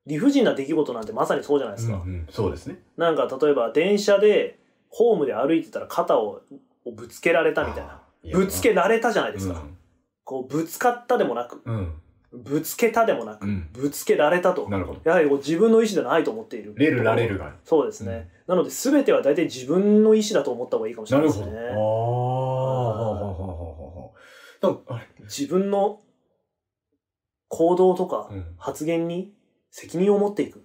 A: 理不尽な出来事なんてまさにそうじゃないで
B: う。
A: すか、
B: うんうんそうですね。
A: なんか例えば電車でホームで歩いてたら肩ををぶつけられたみたいな
B: あー。
A: ぶつけられたじゃないですか、
B: うん
A: こうぶつかったでもなく
B: うん。
A: ぶつけたでもな
B: う
A: く
B: ん。
A: ぶつけられたと
B: なるほど。
A: やはりこう自分の意思ではないと思っている
B: れるられるが。
A: そうですね、なので全ては大体自分の意思だと思った方がいいかもしれ
B: な
A: ない
B: る
A: です
B: ほど。ああ。
A: ね
B: ほうほうほうほうほうほう。でも、あれ。
A: 自分の行動とか
B: うん
A: 発言に責任を持っていく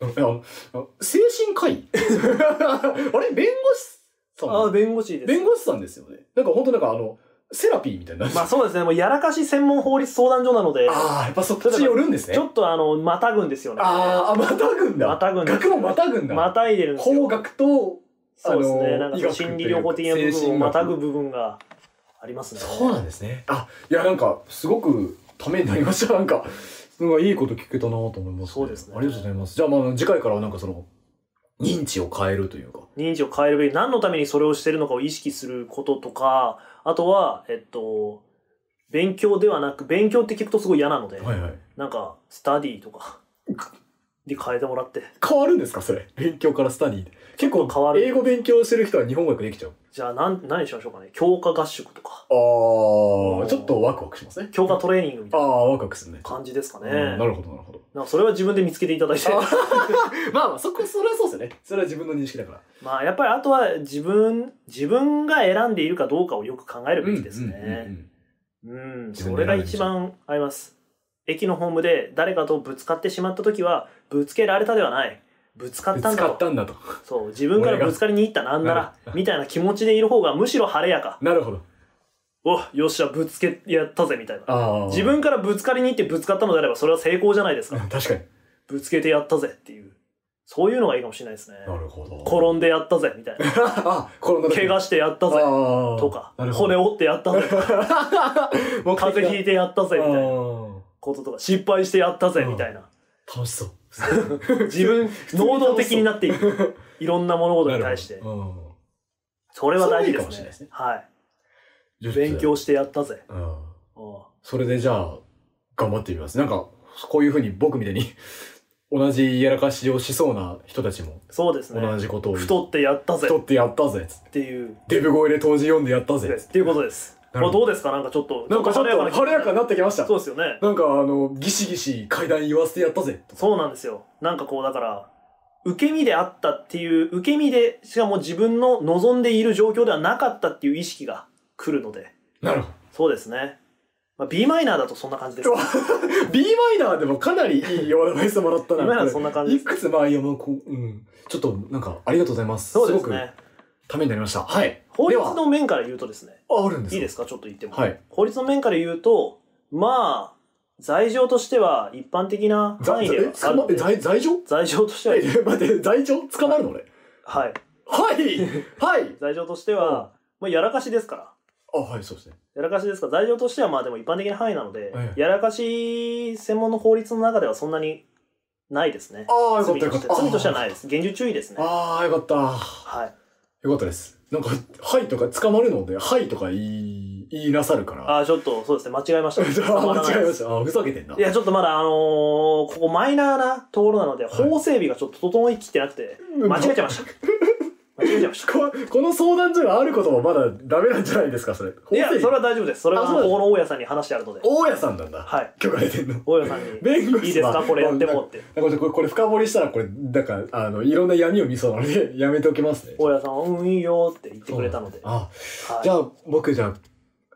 B: あのあの精神 科医あれ弁護士さん
A: ああ、弁護士です。
B: 弁護士さんですよね。なんか本当なんかあの、セラピーみたいな。
A: まあそうですね、もうやらかし専門法律相談所なので、
B: ああ、やっぱそっち寄るんですね。
A: ちょっとあの、またぐんですよね。
B: あーあ、またぐんだ。
A: またぐんです
B: 学
A: よ
B: もまたぐんだ。
A: またいでるんですよ。
B: 法学と、あ
A: そ
B: の
A: うですね、なんかその
B: 医学というか
A: 心理療法的な部
B: 精神
A: 分を
B: 学
A: またぐ部分がありますね。
B: そうなんですね。あ、いやなんか、すごくためになりま した。なんか、なんかいいこと聞けたなと思います、
A: そうですね
B: ありがとうございます。じゃあまあ次回からはなんかその、認知を変えるというか。
A: 認知を変えるべき、何のためにそれをしてるのかを意識することとか、あとは、えっと、勉強ではなく、勉強って聞くとすごい嫌なので、
B: はいはい。
A: なんか、スタディと か、で変えてもらって、
B: 変わるんですかそれ。勉強からスタディ。結構
A: 変わる
B: 英語勉強してる人は日本語訳できちゃう。
A: じゃあなん何しましょうかね、強化合宿とか、
B: ああ、ちょっとワクワクしますね。
A: 強化トレーニングみ
B: あ
A: たいな
B: あ、ワクワクするね。
A: 感じですかね。
B: うんなるほど、なるほど。
A: なんかそれは自分で見つけていただいて。
B: まあまあ、そこ、それはそうですよね。それは自分の認識だから。
A: まあやっぱりあとは自分、自分が選んでいるかどうかをよく考えるべきですね。うん、それが一番あります。駅のホームで誰かとぶつかってしまった時は、ぶつけられたではない。ぶつか
B: ぶ
A: っ
B: つ
A: たんだ
B: かっ
A: と。
B: たんだと。
A: そう、自分からぶつかりに行ったなんなら、みたいな気持ちでいる方がむしろ晴れやか。
B: なるほど。
A: およっしゃ、ぶつけやったぜ、みたいな。
B: ああ。
A: 自分からぶつかりに行ってぶつかったのであれば、それは成功じゃないです
B: うん
A: か。
B: 確かに。
A: ぶつけてやったぜっていう。そういうのがいいかもしれないですね。
B: なるほど。
A: 転んでやったぜ、みたい な。
B: あ、転んだ時。
A: 怪我してやったぜ。
B: ああ。
A: とか、
B: なるほ
A: 骨
B: ど。
A: 折ってやったぜ、
B: 目的が
A: 風邪ひいてやったぜ、みたいな
B: あ
A: こととか、失敗してやったぜ、
B: うん
A: みたいな。
B: ー楽しそう。
A: 自分、
B: に
A: 能動的になってい く。いろんな物事に対して
B: なる。ほどうん
A: それは大事で
B: それはいいかも
A: す
B: しれない
A: ね
B: ですね。
A: は
B: じゃ
A: い。
B: あちょっと
A: 勉強してやったぜ。
B: うん。
A: うん
B: それでじゃあ、頑張ってみます。なんか、こういうふうに僕みたいに、 同じやらかしをしそうな人たちも、
A: そうですね。
B: 同じことを言う、
A: 太ってやったぜ
B: 太ってやったぜ。
A: っていう、
B: デブ声で当時読んでやったぜ。
A: っていうことです。
B: なる
A: ま
B: ほ
A: あど
B: ど
A: うですかなんかちょっと、
B: なんかちょっと晴れやかになってきました
A: そう。ですよね。
B: なんかあの、ギシギシ階段言わせてやったぜ。
A: そうなんですよ。なんかこう、だから、受け身であったっていう、受け身で、しかも自分の望んでいる状況ではなかったっていう意識が来るので、
B: なるほ
A: そうですね。まあ、B マイナーだとそんな感じです
B: う。わ B マイナーでもかなりいいアドバイスもらったな。
A: B マイナーそんな感じ
B: いくつまあいやもうこう、うん。ちょっとなんかありがとうございます。
A: そうです
B: ごく
A: ね。
B: ためになりました。はい。
A: 法律
B: で
A: の面から言うとですね、
B: はあ、あるんです。
A: いいですすかちょっと言っても。
B: はい。
A: 法律の面から言うと、まあ、罪状としては一般的な範囲ではあるの
B: え
A: で、
B: 罪罪状
A: 罪状としては、
B: え、待って、罪状捕まるの俺。
A: はい。
B: はいはい
A: 罪状としては、まあ、やらかしですから。
B: あ、はい、そうですね。
A: やらかしですから、罪状としてはまあでも一般的な範囲なので、
B: ええ
A: やらかし専門の法律の中ではそんなにないですね。
B: ああ、よかっ
A: 罪
B: たよ
A: と
B: かっ
A: して
B: た。。
A: 罪としてはないいです。厳重注意ですね。
B: ああ、よかった。
A: はい。
B: よかったです。なんか、はいとか捕まるので、はいとか言い、言いなさるから。あ、
A: ああ、ちょっとそうですね、間違えまし た。
B: 間違えました。 あ、ふざけてんな。
A: いや、ちょっとまだあのーここマイナーなところなので、
B: はい
A: 法整備がちょっと整いきってなくて、間違えちゃいま した。間違えちゃいました。
B: ここの相談所があることもまだダメなんじゃないですか、それ。
A: いや、それ
B: は。
A: は大丈夫です。それは
B: あ
A: あ
B: そ
A: の
B: うなんだ
A: 法の大家さんに話してあるので、
B: 大家さんなんだ。
A: はい。
B: 許可出てんの。
A: 大家さ んに、い
B: 弁護士は
A: です
B: い
A: かこれやってもって。
B: なんかこれ、これ深掘りしたら、これ、なんか、あの、いろんな闇を見そうなので、 やめておきますね。
A: 大家さんは、うん、いいよって言ってくれたので。
B: あ、
A: はい
B: じゃあ、僕、じゃあ、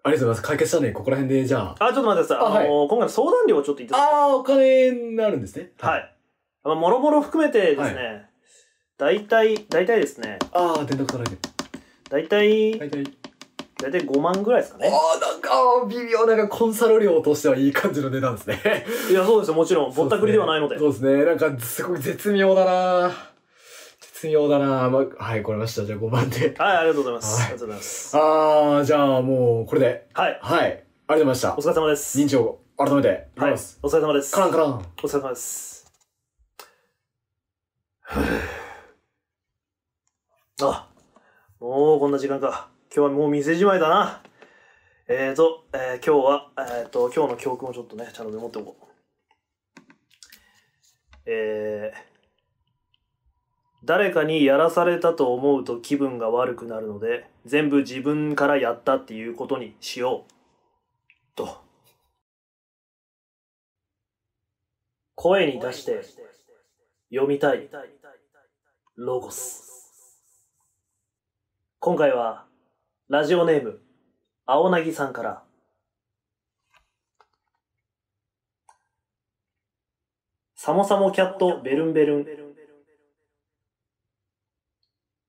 B: ありがとうございます。解決したので、ここら辺で、じゃあ。
A: あ、ちょっと待ってください。あ
B: あはい
A: のー今回の相談料をちょっといただ
B: ああ、お金になるんですね。
A: はい。。まあ、もろもろ含めてですね、大体、大体ですね、
B: ああ、電卓取られてる。
A: 大体、
B: 大体。
A: 大体5万ぐらいですか
B: あ
A: ね。
B: あ、なんか、あー微妙な、なんかコンサル料としてはいい感じの値段ですね。
A: いや、そうですよ、もちろん。 ぼったくりではないので。
B: そうですね。なんか、すごい絶妙だな絶妙だなまあ、はい、これました。じゃあ5番で。
A: はい、ありがとうございます。
B: はい
A: ありがとうございます。
B: ああ、じゃあもう、これで。
A: はい、
B: はい。ありがとうございま
A: お
B: し
A: 疲れ様で
B: た。
A: す。
B: 認知を改めて。
A: はい、お。疲れ様です。
B: カランカラン。
A: お疲れ様です。 あ、もうこんな時間か。今日はもう店じまいだな。えーと、えー今日は、えーと、今日の教訓をちょっとね、ちゃんとメモっておこう。えー誰かにやらされたと思うと気分が悪くなるので、全部自分からやったっていうことにしよう。と。声に出して読みたいロゴス今回はラジオネーム青なぎさんからサモサモキャットベルンベルン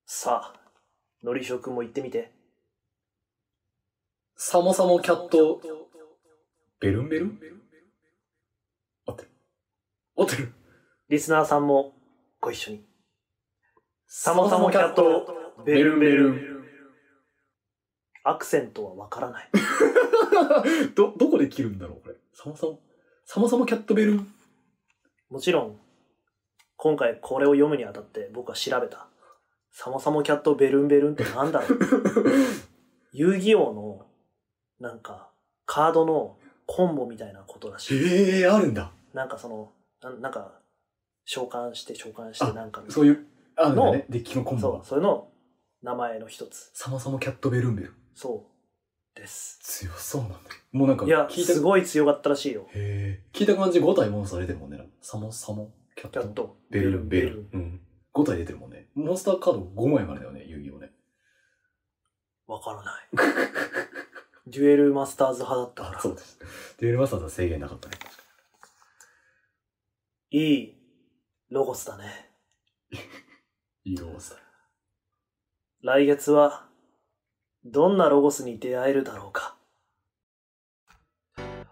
A: さあのりしょくんも言ってみて
B: サモサモキャット、ベルンベルン合ってる。合ってる。
A: リスナーさんもご一緒にサモサモキャットベルンベルンアクセントはわからない
B: ど、どこで切るんだろう、これ。サモサモ。サモサモキャットベルン。
A: もちろん、今回これを読むにあたって僕は調べた。サモサモキャットベルンベルンってなんだろう遊戯王の、なんか、カードのコンボみたいなことらしい。
B: ええー、あるんだ。
A: なんかその、ななんか、召喚して召喚して
B: あ
A: なんかみたいな
B: そういう、あるんだね。デッキのコンボ
A: そ
B: が
A: う、。それの名前の一つ。
B: サモサモキャットベルンベルン。
A: そう。です。
B: 強そうなんだよ。もうなんか、
A: いや、
B: 聞いた
A: すごい強かったらしいよ。
B: へー聞いた感じ5体モンスター出てるもんね。サモサモキャッ
A: キャッ
B: ト
A: ト。
B: ベルンベルン。うん。5体出てるもんね。モンスターカード5枚までだよね、遊戯王ね。
A: わから ない。デュエルマスターズ派だったか
B: あ
A: ら。
B: そうです。デュエルマスターズは制限なかったね。
A: いいロゴスだね。
B: いいロゴスだ。
A: 来月はどんなロゴスに出会えるだろうか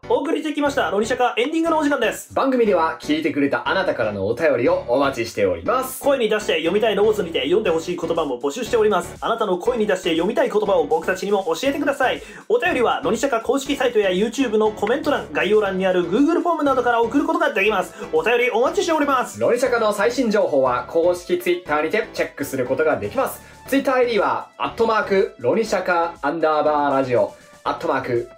A: お送りしてきましたロニシャカエンディングのお時間です
D: 番組では聞いてくれたあなたからのお便りをお待ちしております
A: 声に出して読みたいロゴスにて読んでほしい言葉も募集しておりますあなたの声に出して読みたい言葉を僕たちにも教えてくださいお便りはロニシャカ公式サイトや YouTube のコメント欄概要欄にある Google フォームなどから送ることができますお便りお待ちしております
D: ロリシャカの最新情報は公式 Twitter にてチェックすることができます TwitterID はアットマークロニシャカアンダーバーラジオアットマーク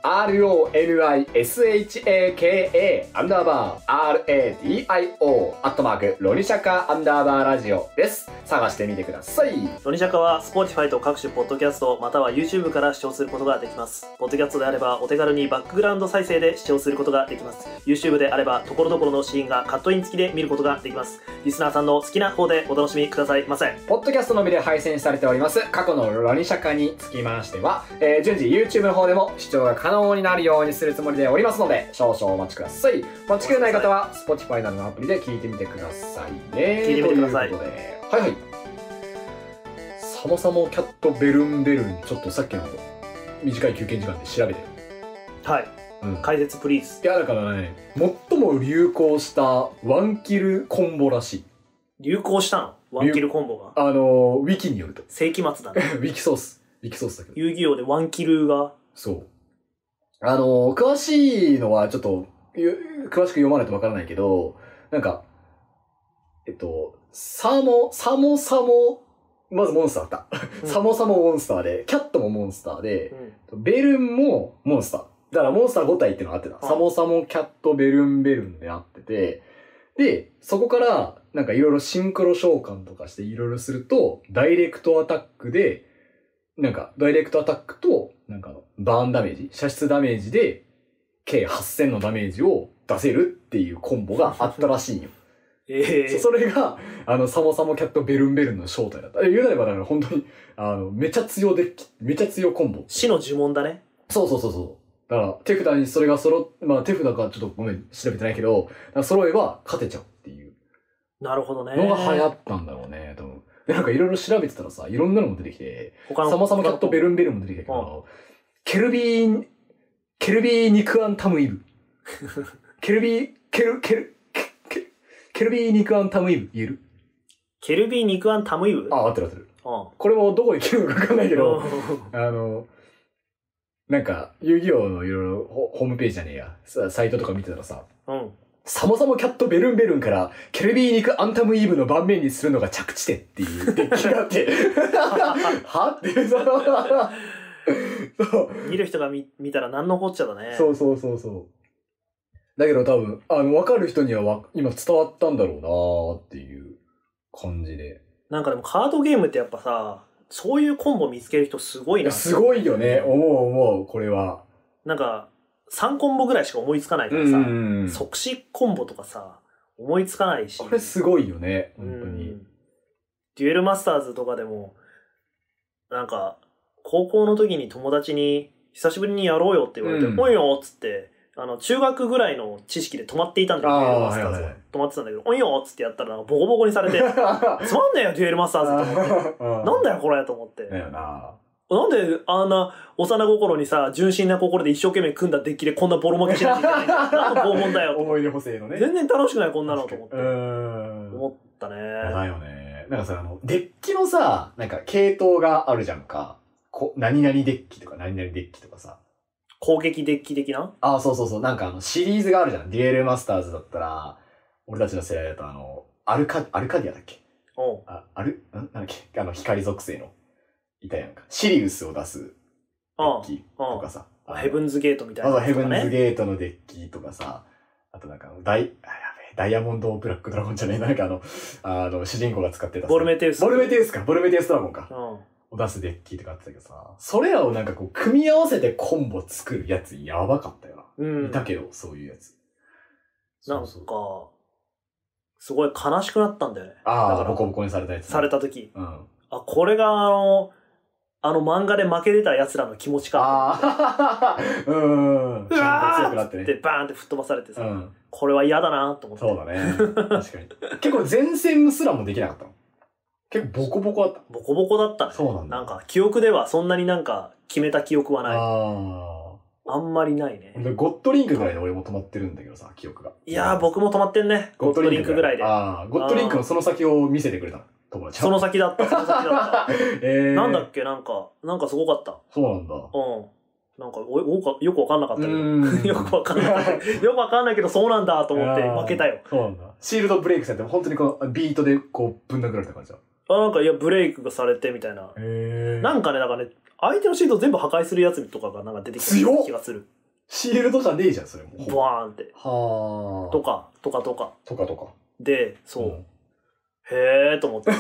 D: RONISHAKA アンダーバー RADIO アットマークロニシャカアンダーバーラジオです探してみてください
A: ロニシャカは Spotify と各種ポッドキャストまたは YouTube から視聴することができます。ポッドキャストであればお手軽にバックグラウンド再生で視聴することができます。YouTube であればところどころのシーンがカットイン付きで見ることができます。リスナーさんの好きな方でお楽しみくださいませ。
D: ポッドキャストのみで配信されております過去のロニシャカにつきましては、えー順次 YouTube の方でも視聴が可能になるようにするつもりでおりますので少々お待ちくださいお待ちきれない方は Spotify などのアプリで聞いてみてくださいね
A: 聞いてみてください
D: ということではいはい
B: サモサモキャットベルンベルン。ちょっとさっきの短い休憩時間で調べてる。
A: はい。
B: うん
A: 解説プリーズ。
B: いや、だからね、最も流行したワンキルコンボらしい。
A: 流行したのワンキルコンボが。
B: あの、ウィキに よると。
A: 世紀末だね。
B: ウィキソース。ウィキソースだけど。
A: 遊戯王でワンキルが、
B: そう。あの、詳しいのはちょっと、ゆ詳しく読まないとわからないけど、なんか、えっと、サモ、サモサモ、まずモンスターだった。サモサモモンスターで、キャットもモンスターで、ベルンもモンスター。だからモンスター5体っていうのがあってた。
A: はい
B: サモサモ、キャット、ベルン、ベルンであってて、で、そこから、なんかいろいろシンクロ召喚とかしていろいろすると、ダイレクトアタックで、なんか、ダイレクトアタックと、なんかあの、バーンダメージ、射出ダメージで、計8000のダメージを出せるっていうコンボがあったらしいんよ。
A: え
B: そ
A: え
B: それが、あの、サモサモキャットベルンベルンの正体だった。え言うなれば、だから本当に、あの、めちゃ強デッキ、めちゃ強コンボ。
A: 死の呪文だね。
B: そうそうそうそう。だから、手札にそれが揃っ、まあ手札かちょっとごめん、調べてないけど、だから揃えば勝てちゃうっていう
A: なるほどね。
B: のが流行ったんだろうね、多分。で、なんかいろいろ調べてたらさ、いろんなのも出てきて、
A: 他の
B: サマサマキャットベルンベルンも出てきたけど、ケルビー、ケルビー肉アンタムイブ。ケルビー、ケル、ケル、ケケル、ケルビー肉アンタムイブ言える
A: ケルビー肉ンタムイブ
B: あ、合ってる合ってる。
A: うん。
B: これもどこで切るのかわかんないけど、
A: う
B: あの、なんか、遊戯王のいろいろホホームページじゃねえや、さサイトとか見てたらさ、
A: ん。
B: サモサモキャットベルンベルンから、ケルビー肉アンタムイーブの盤面にするのが着地点っ ていうデッキがあって、 はって その
A: 見る人が見見たら何のこっちゃだね。
B: そうそうそうそうそう。だけど多分、あの、わかる人にはわ今伝わったんだろうなーっていう感じで。
A: なんかでもカードゲームってやっぱさ、そういうコンボ見つける人すごい
B: い
A: な。
B: や、すごいよね。思う思う、これは。
A: なんか、3コンボぐらいしか思いつかないからさ、
B: うん
A: 即死コンボとかさ、思いつかないし。
B: これすごいよね、本当に。
A: うんデュエルマスターズとかでも、なんか、高校の時に友達に、久しぶりにやろうよって言われて、
B: うん
A: おいよっつって、あの、中学ぐらいの知識で止まっていたんだけど、
B: あー
A: デュエルマスターズは
B: はいはいはい
A: 止まってたんだけど、おいよっつってやったら、ボコボコにされ て、つまんねえよ、デュエルマスターズって思って。なんだよ、これと思って。
B: だよな。
A: なんであんな幼心にさ、純真な心で一生懸命組んだデッキでこんなボロ負けしなきゃいけないん だよ。なんの拷問だよと。
B: 思い出補正のね。
A: 全然楽しくない、こんなのと思っ
B: う
A: て。
B: ーん。
A: 思ったね。
B: だよね。なんかさ、あの、デッキのさ、なんか系統があるじゃんか。こ何々デッキとか何々デッキとかさ。
A: 攻撃デッキ的な
B: ああ、そうそうそう。なんかあの、シリーズがあるじゃん。デュエルマスターズだったら、俺たちの世代だとあの、アルカ、アルカディアだっけ
A: うん。
B: あ、アル、んなんだっけあの、光属性の、いたやんか。シリウスを出すデ
A: うん
B: ッ。キとかさ。あの
A: ヘブンズゲートみたい
B: ま
A: な
B: ず
A: やつ
B: ヘブ
A: とか
B: ン
A: ね。
B: ズゲートのデッキとかさ、あとなんかあのダイ、あやべえダイヤモンド・ブラック・ドラゴンじゃねえ、なんかあの、 あの、主人公が使ってたさ
A: ボルメテウス。
B: ボルメテウスか、ボルメテウスドラゴンか
A: う。ん。
B: を出すデッキとかあってたけどさ、それらをなんかこう、組み合わせてコンボ作るやつやばかったよ
A: う
B: な。
A: ん。
B: いたけど、そういうやつ。
A: なんか
B: そうそう、
A: すごい悲しくなったんだよね。だ
B: あ
A: か
B: あ、
A: ら
B: ボコボコにされたやつ。
A: された時。
B: うん。あ
A: あ、これがあの、あの漫画で負けてた奴らの気持ちか。
B: あー、 うん。ち
A: うわ
B: ゃ
A: ー
B: んと強くなって
A: で、
B: ね。
A: バーンって吹っ飛ばされて
B: う
A: さ、
B: ん。
A: これは嫌だなと思って。
B: そうだね。確かに。結構前線すらもできなかったの。結構ボコボコだっ
A: ボコボコだった
B: た。
A: ね。
B: そうなんだ。
A: なんか、記憶ではそんなになんか、決めた記憶はない。
B: あ
A: あんまりないね
B: あ。。でゴッドリンクぐらいで俺も止まってるんだけどさ、記憶が。
A: いやー、僕も止まってんね。ゴッドリンクぐらいで。
B: ああ、ゴッドリンクのその先を見せてくれたの友達。
A: その先だった、その先だっ た。
B: えー、
A: なんだっけ、なんか、なんかすごかった。
B: そうなんだ。
A: うん。なんかおおか、よくわかんなかったけど。
B: ーん
A: よくわかんなかったけど。よくわかんないけど、そうなんだと思って
B: あー
A: 負けたよ。
B: そうなんだ。シールドブレイクされて、本当にこのビートでこうぶん殴られた感じだ。
A: あ、なんか、いや、ブレイクがされてみたいな。
B: え
A: なんかね、なんかね、相手のシールド全部破壊するやつとかがなんか出てき
B: 強
A: た
B: っ
A: 気がする。
B: シールドじゃねえじゃん、それも。
A: ボワーンって。
B: はあ。
A: と。か、とかとか。
B: とかとか。
A: で、そう。
B: ん
A: へえーと思って。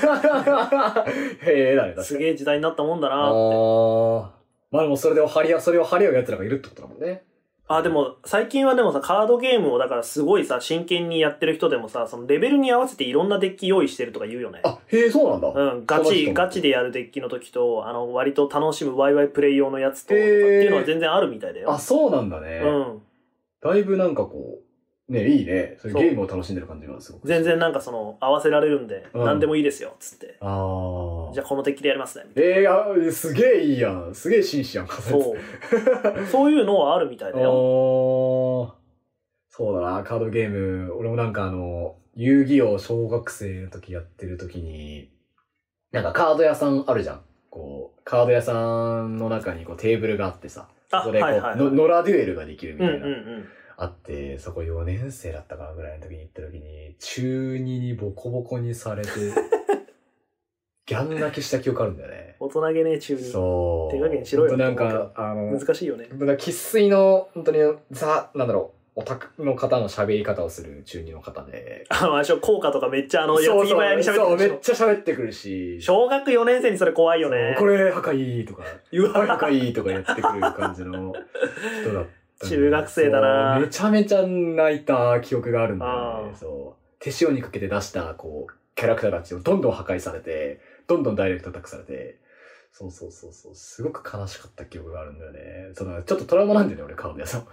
B: へえ、だね、確かに
A: すげえ時代になったもんだな
B: あ
A: って。
B: ーまあでもそれで張り合う、それを張り合う奴らがいるってことだもんね。
A: あ、でも、最近はでもさ、カードゲームをだからすごいさ、真剣にやってる人でもさ、そのレベルに合わせていろんなデッキ用意してるとか言うよね。
B: あ、へえ、そうなんだ。
A: うん、ガ
B: その
A: チ、
B: 人
A: ガチでやるデッキの時と、あの、割と楽しむワイワイプレイ用のやつと、
B: へ
A: って
B: ー
A: いうのは全然あるみたいだよ
B: あ、。そうなんだね。
A: うん。
B: だいぶなんかこう、ね、いいね。そういう
A: そう
B: ゲームを楽しんでる感じがすごく。
A: 全然なんかその、合わせられるんで、
B: うん
A: 何でもいいですよ、つって。
B: あー
A: じゃあこのデッキでやりますね。みたい
B: えー、あ、すげえいいやん。すげえ紳士やん、
A: なそう。そういうのはあるみたいだよ。
B: おそうだな、カードゲーム。俺もなんかあの、遊戯王小学生の時やってる時に、なんかカード屋さんあるじゃん。こう、カード屋さんの中にこうテーブルがあってさ、
A: あ
B: そこでこう、
A: はいはいはい
B: の野良デュエルができるみ
A: うん
B: た
A: う
B: い
A: ん
B: な、
A: うん。
B: あって、そこ4年生だったかなぐらいの時に行った時に、中2にボコボコにされ て、ギャン泣きした記憶あるんだよね。
A: 大人げね、中に。
B: そう。
A: 手加減しろよ
B: ほんとなんか、あの、
A: 難しいよね。
B: だ生粋の、本当に、ザ、なんだろう、オタクの方の喋り方をする中二の方で。
A: あの、あれでしょ効果とかめっちゃあの、
B: そうそう
A: 四つ木早に喋って
B: そう
A: るで
B: め
A: し
B: っ
A: ょ
B: ちゃ喋ってくるし。
A: 小学4年生にそれ怖いよね
B: そう。これ、仲いいとか、
A: うわ
B: これ仲いいとかやってくる感じの人だったんで。
A: 中学生だな
B: そうめちゃめちゃ泣いた記憶があるんだよ
A: あ
B: ね。
A: ー
B: そう。手塩にかけて出した、こう、キャラクターたちをどんどん破壊されて、どんどんダイレクトアタックされて、そうそうそうそう、すごく悲しかった記憶があるんだよね。そのちょっとトラウマなんだよね、俺、顔でさ。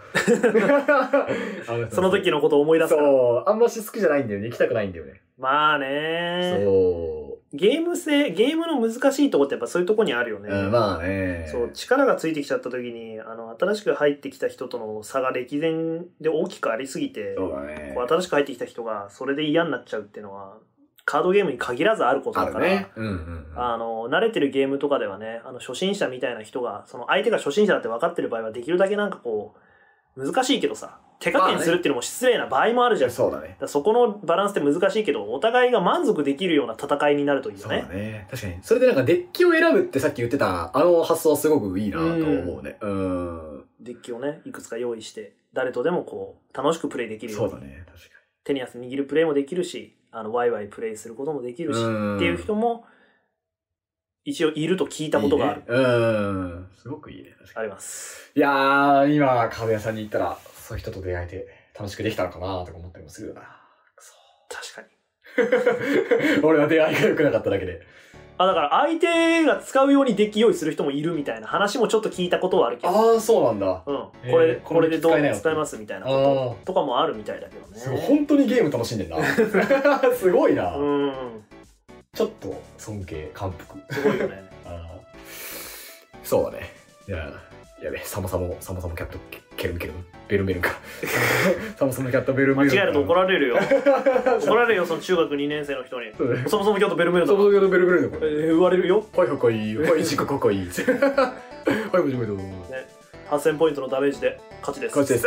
B: あ
A: その時のことを思い出すから。
B: そう、あんまし好きじゃないんだよね。行きたくないんだよね。
A: まあね
B: そ
A: ゲーム性、ゲームの難しいとこってやっぱそういうとこにあるよ
B: う、
A: ね。
B: うんまあね。
A: そう、力がついてきちゃった時に、あの、新しく入ってきた人との差が歴然で大きくありすぎて、
B: そうだね
A: こう。新しく入ってきた人がそれで嫌になっちゃうっていうのは、カードゲームに限らずあること
B: あ
A: だか
B: る
A: ら、
B: ね。うんうんうん。
A: あの、慣れてるゲームとかではね、あの、初心者みたいな人が、その相手が初心者だって分かってる場合は、できるだけなんかこう、難しいけどさ、手加減するっていうのも失礼な場合もあるじゃん。
B: そうだね
A: だ。からそこのバランスって難しいけど、お互いが満足できるような戦いになるといい
B: そ
A: よ
B: うだ
A: ね。
B: ね。確かに。それでなんかデッキを選ぶってさっき言ってた、あの発想はすごくいいなと思うね。うん。
A: デッキをね、いくつか用意して、誰とでもこう、楽しくプレイできるよ
B: そうう
A: に
B: だ。ね。確
A: 手に汗握るプレイもできるし、あの、ワイワイプレイすることもできるし、
B: か
A: っ
B: に。
A: ていう人も、一応いると聞い
B: い
A: たことがある。
B: る。うん。すごくいいね。確か
A: あ
B: に。
A: ります。
B: いやー、今、家具屋さんに行ったら、そういう人と出会えて楽しくできたのかなとか思ったりもする よな。くそ
A: 確かに。
B: 俺は出会いが良くなかっただけで。
A: あ、だから相手が使うようにデッキ用意する人もいるみたいな話もちょっと聞いたことはあるけど、
B: ああ、そうなんだ。
A: うん、
B: へー
A: これ、
B: こ
A: こ
B: れ
A: れでどう
B: 使えないの
A: 使えますみたいなこ
B: あ
A: ととかもあるみたいだけど
B: あ、すごい。
A: ね。
B: 本当にゲーム楽し んでんな。すごいな。
A: うん、
B: ちょっと尊敬、感服。
A: すごいよね。
B: ああ。そうだね。じゃあ、やべえ、サモサモ、サモサモキャット、ケルンケルン、ベルンベル ンか。サモサモキャット、ベルンベ
A: 間
B: ル
A: 違
B: ンか。
A: えると怒られる よ。
B: ら
A: 怒られるよ、その中学2年生の人に。
B: そうだね。
A: そもそも今日とベルメル
B: サ
A: だ
B: モサモキャット、ベルンベルンだ、こ
A: え
B: れ。
A: ー言われるよ。
B: はい、かっこいい。はい、自己かっ こいい。はい、もじもじもじ。
A: 8000ポイントのダメージで勝ちです。
B: こっちで す。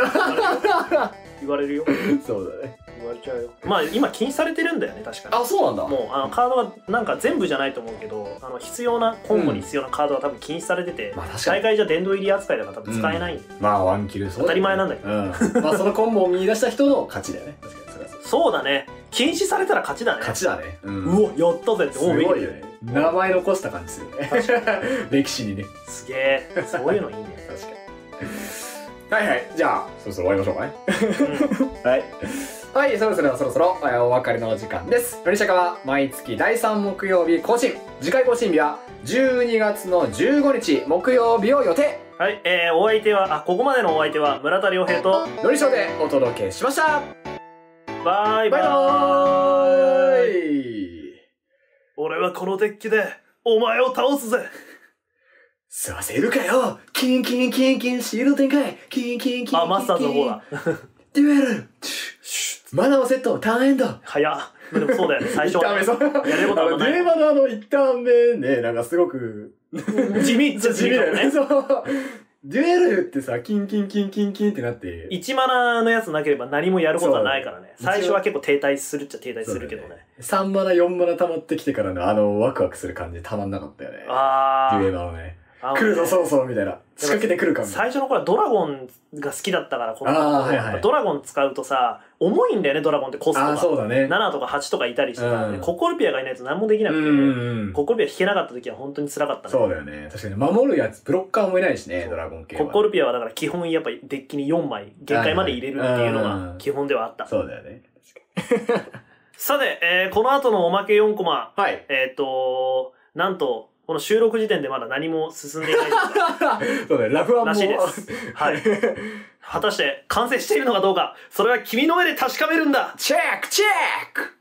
A: 言われるよ。
B: そうだね。
A: 言われちゃうよ。まあ今禁止されてるんだよね、確かに。
B: あ、そうなんだ。
A: もうあのカードはなんか全部じゃないと思うけどあの必要な今後に必要なカードは多分禁止されてて、
B: まあ確かに
A: 大会じゃ殿堂入り扱いだから多分使えないんで、
B: まあ、ワンキル、そうだね
A: 当たり前なんだけ
B: うん。まあ、そのコンボを見出した人の勝ちだよね。確かに、それ はそう。
A: そうだね禁止されたら勝ちだね
B: 勝ちだね。う
A: うわやったぜって
B: す
A: 思う
B: ごいよね。名前残した感じするね。 歴史にね。
A: すげえそういうのいいね、
B: 確かに。はいはい。じゃあ、そろそろ終わりましょうかね。
A: うん
B: はい。はい、そろそろそろそろ、えーお別れのお時間です。よりしゃかは毎月第3木曜日更新。次回更新日は12月の15日木曜日を予定。
A: はいえー、お相手はあここまでのお相手は村田亮平と
B: のりしょでお届けしました。
A: バイバイ
B: バイバーイ。
A: 俺はこのデッキでお前を倒すぜ
B: させるかよキンキンキンキンシールド展開キンキンキンキン
A: あマスターズの方だ
B: デュエルマナーをセットターンエンド
A: 早っでもそうだよ ね最初
B: 一旦
A: は
B: 目、
A: ね
B: そう。
A: やること
B: あ
A: はも
B: の、
A: うない
B: 電話のあの、一旦目ね、なんかすごく、
A: 地味っちゃ地
B: 地
A: 味
B: 味だ
A: だ
B: よ
A: よ
B: ね。
A: ね
B: そう。デュエルってさ、キンキンキンキンキンってなって。
A: 1マナーのやつなければ何もやることはないからね
B: そうだね
A: 最初は結構停滞するっちゃ停滞するけどね
B: 3マナ、4マナ溜まってきてからのあの、ワクワクする感じたまんなかったよね。
A: あ
B: デ
A: あ
B: ュエルのね。
A: あのね
B: 来るぞ、そうそう、みたいな。仕掛けてくるかみたい
A: 最初の頃はドラゴンが好きだったからこの頃
B: あーはいはい
A: やっぱドラゴン使うとさ重いんだよねドラゴンってコスト
B: な。ああ、
A: が
B: そうだね。
A: 7とか8とかいたりしてたんで、
B: うん
A: ココルピアがいないと何もできな
B: うん
A: くて、
B: うんうん。
A: ココルピア引けなかった時は本当に辛かったね
B: そうだよね。確かに、守るやつ、ブロッカーもいないしね、
A: そう
B: ドラゴン系は。
A: ココルピアはだから基本やっぱりデッキに4枚限界まで入れるっていうのが基本ではあった
B: そうだよね。
A: さて、えーこの後のおまけ4コマ
B: はい。
A: えっ、となんとこの収録時点でまだ何も進んでいない
B: そうだよ、ラフワンも。
A: らしいです。 はい。果たして完成しているのかどうか、それは君の目で確かめるんだ
B: チェックチェック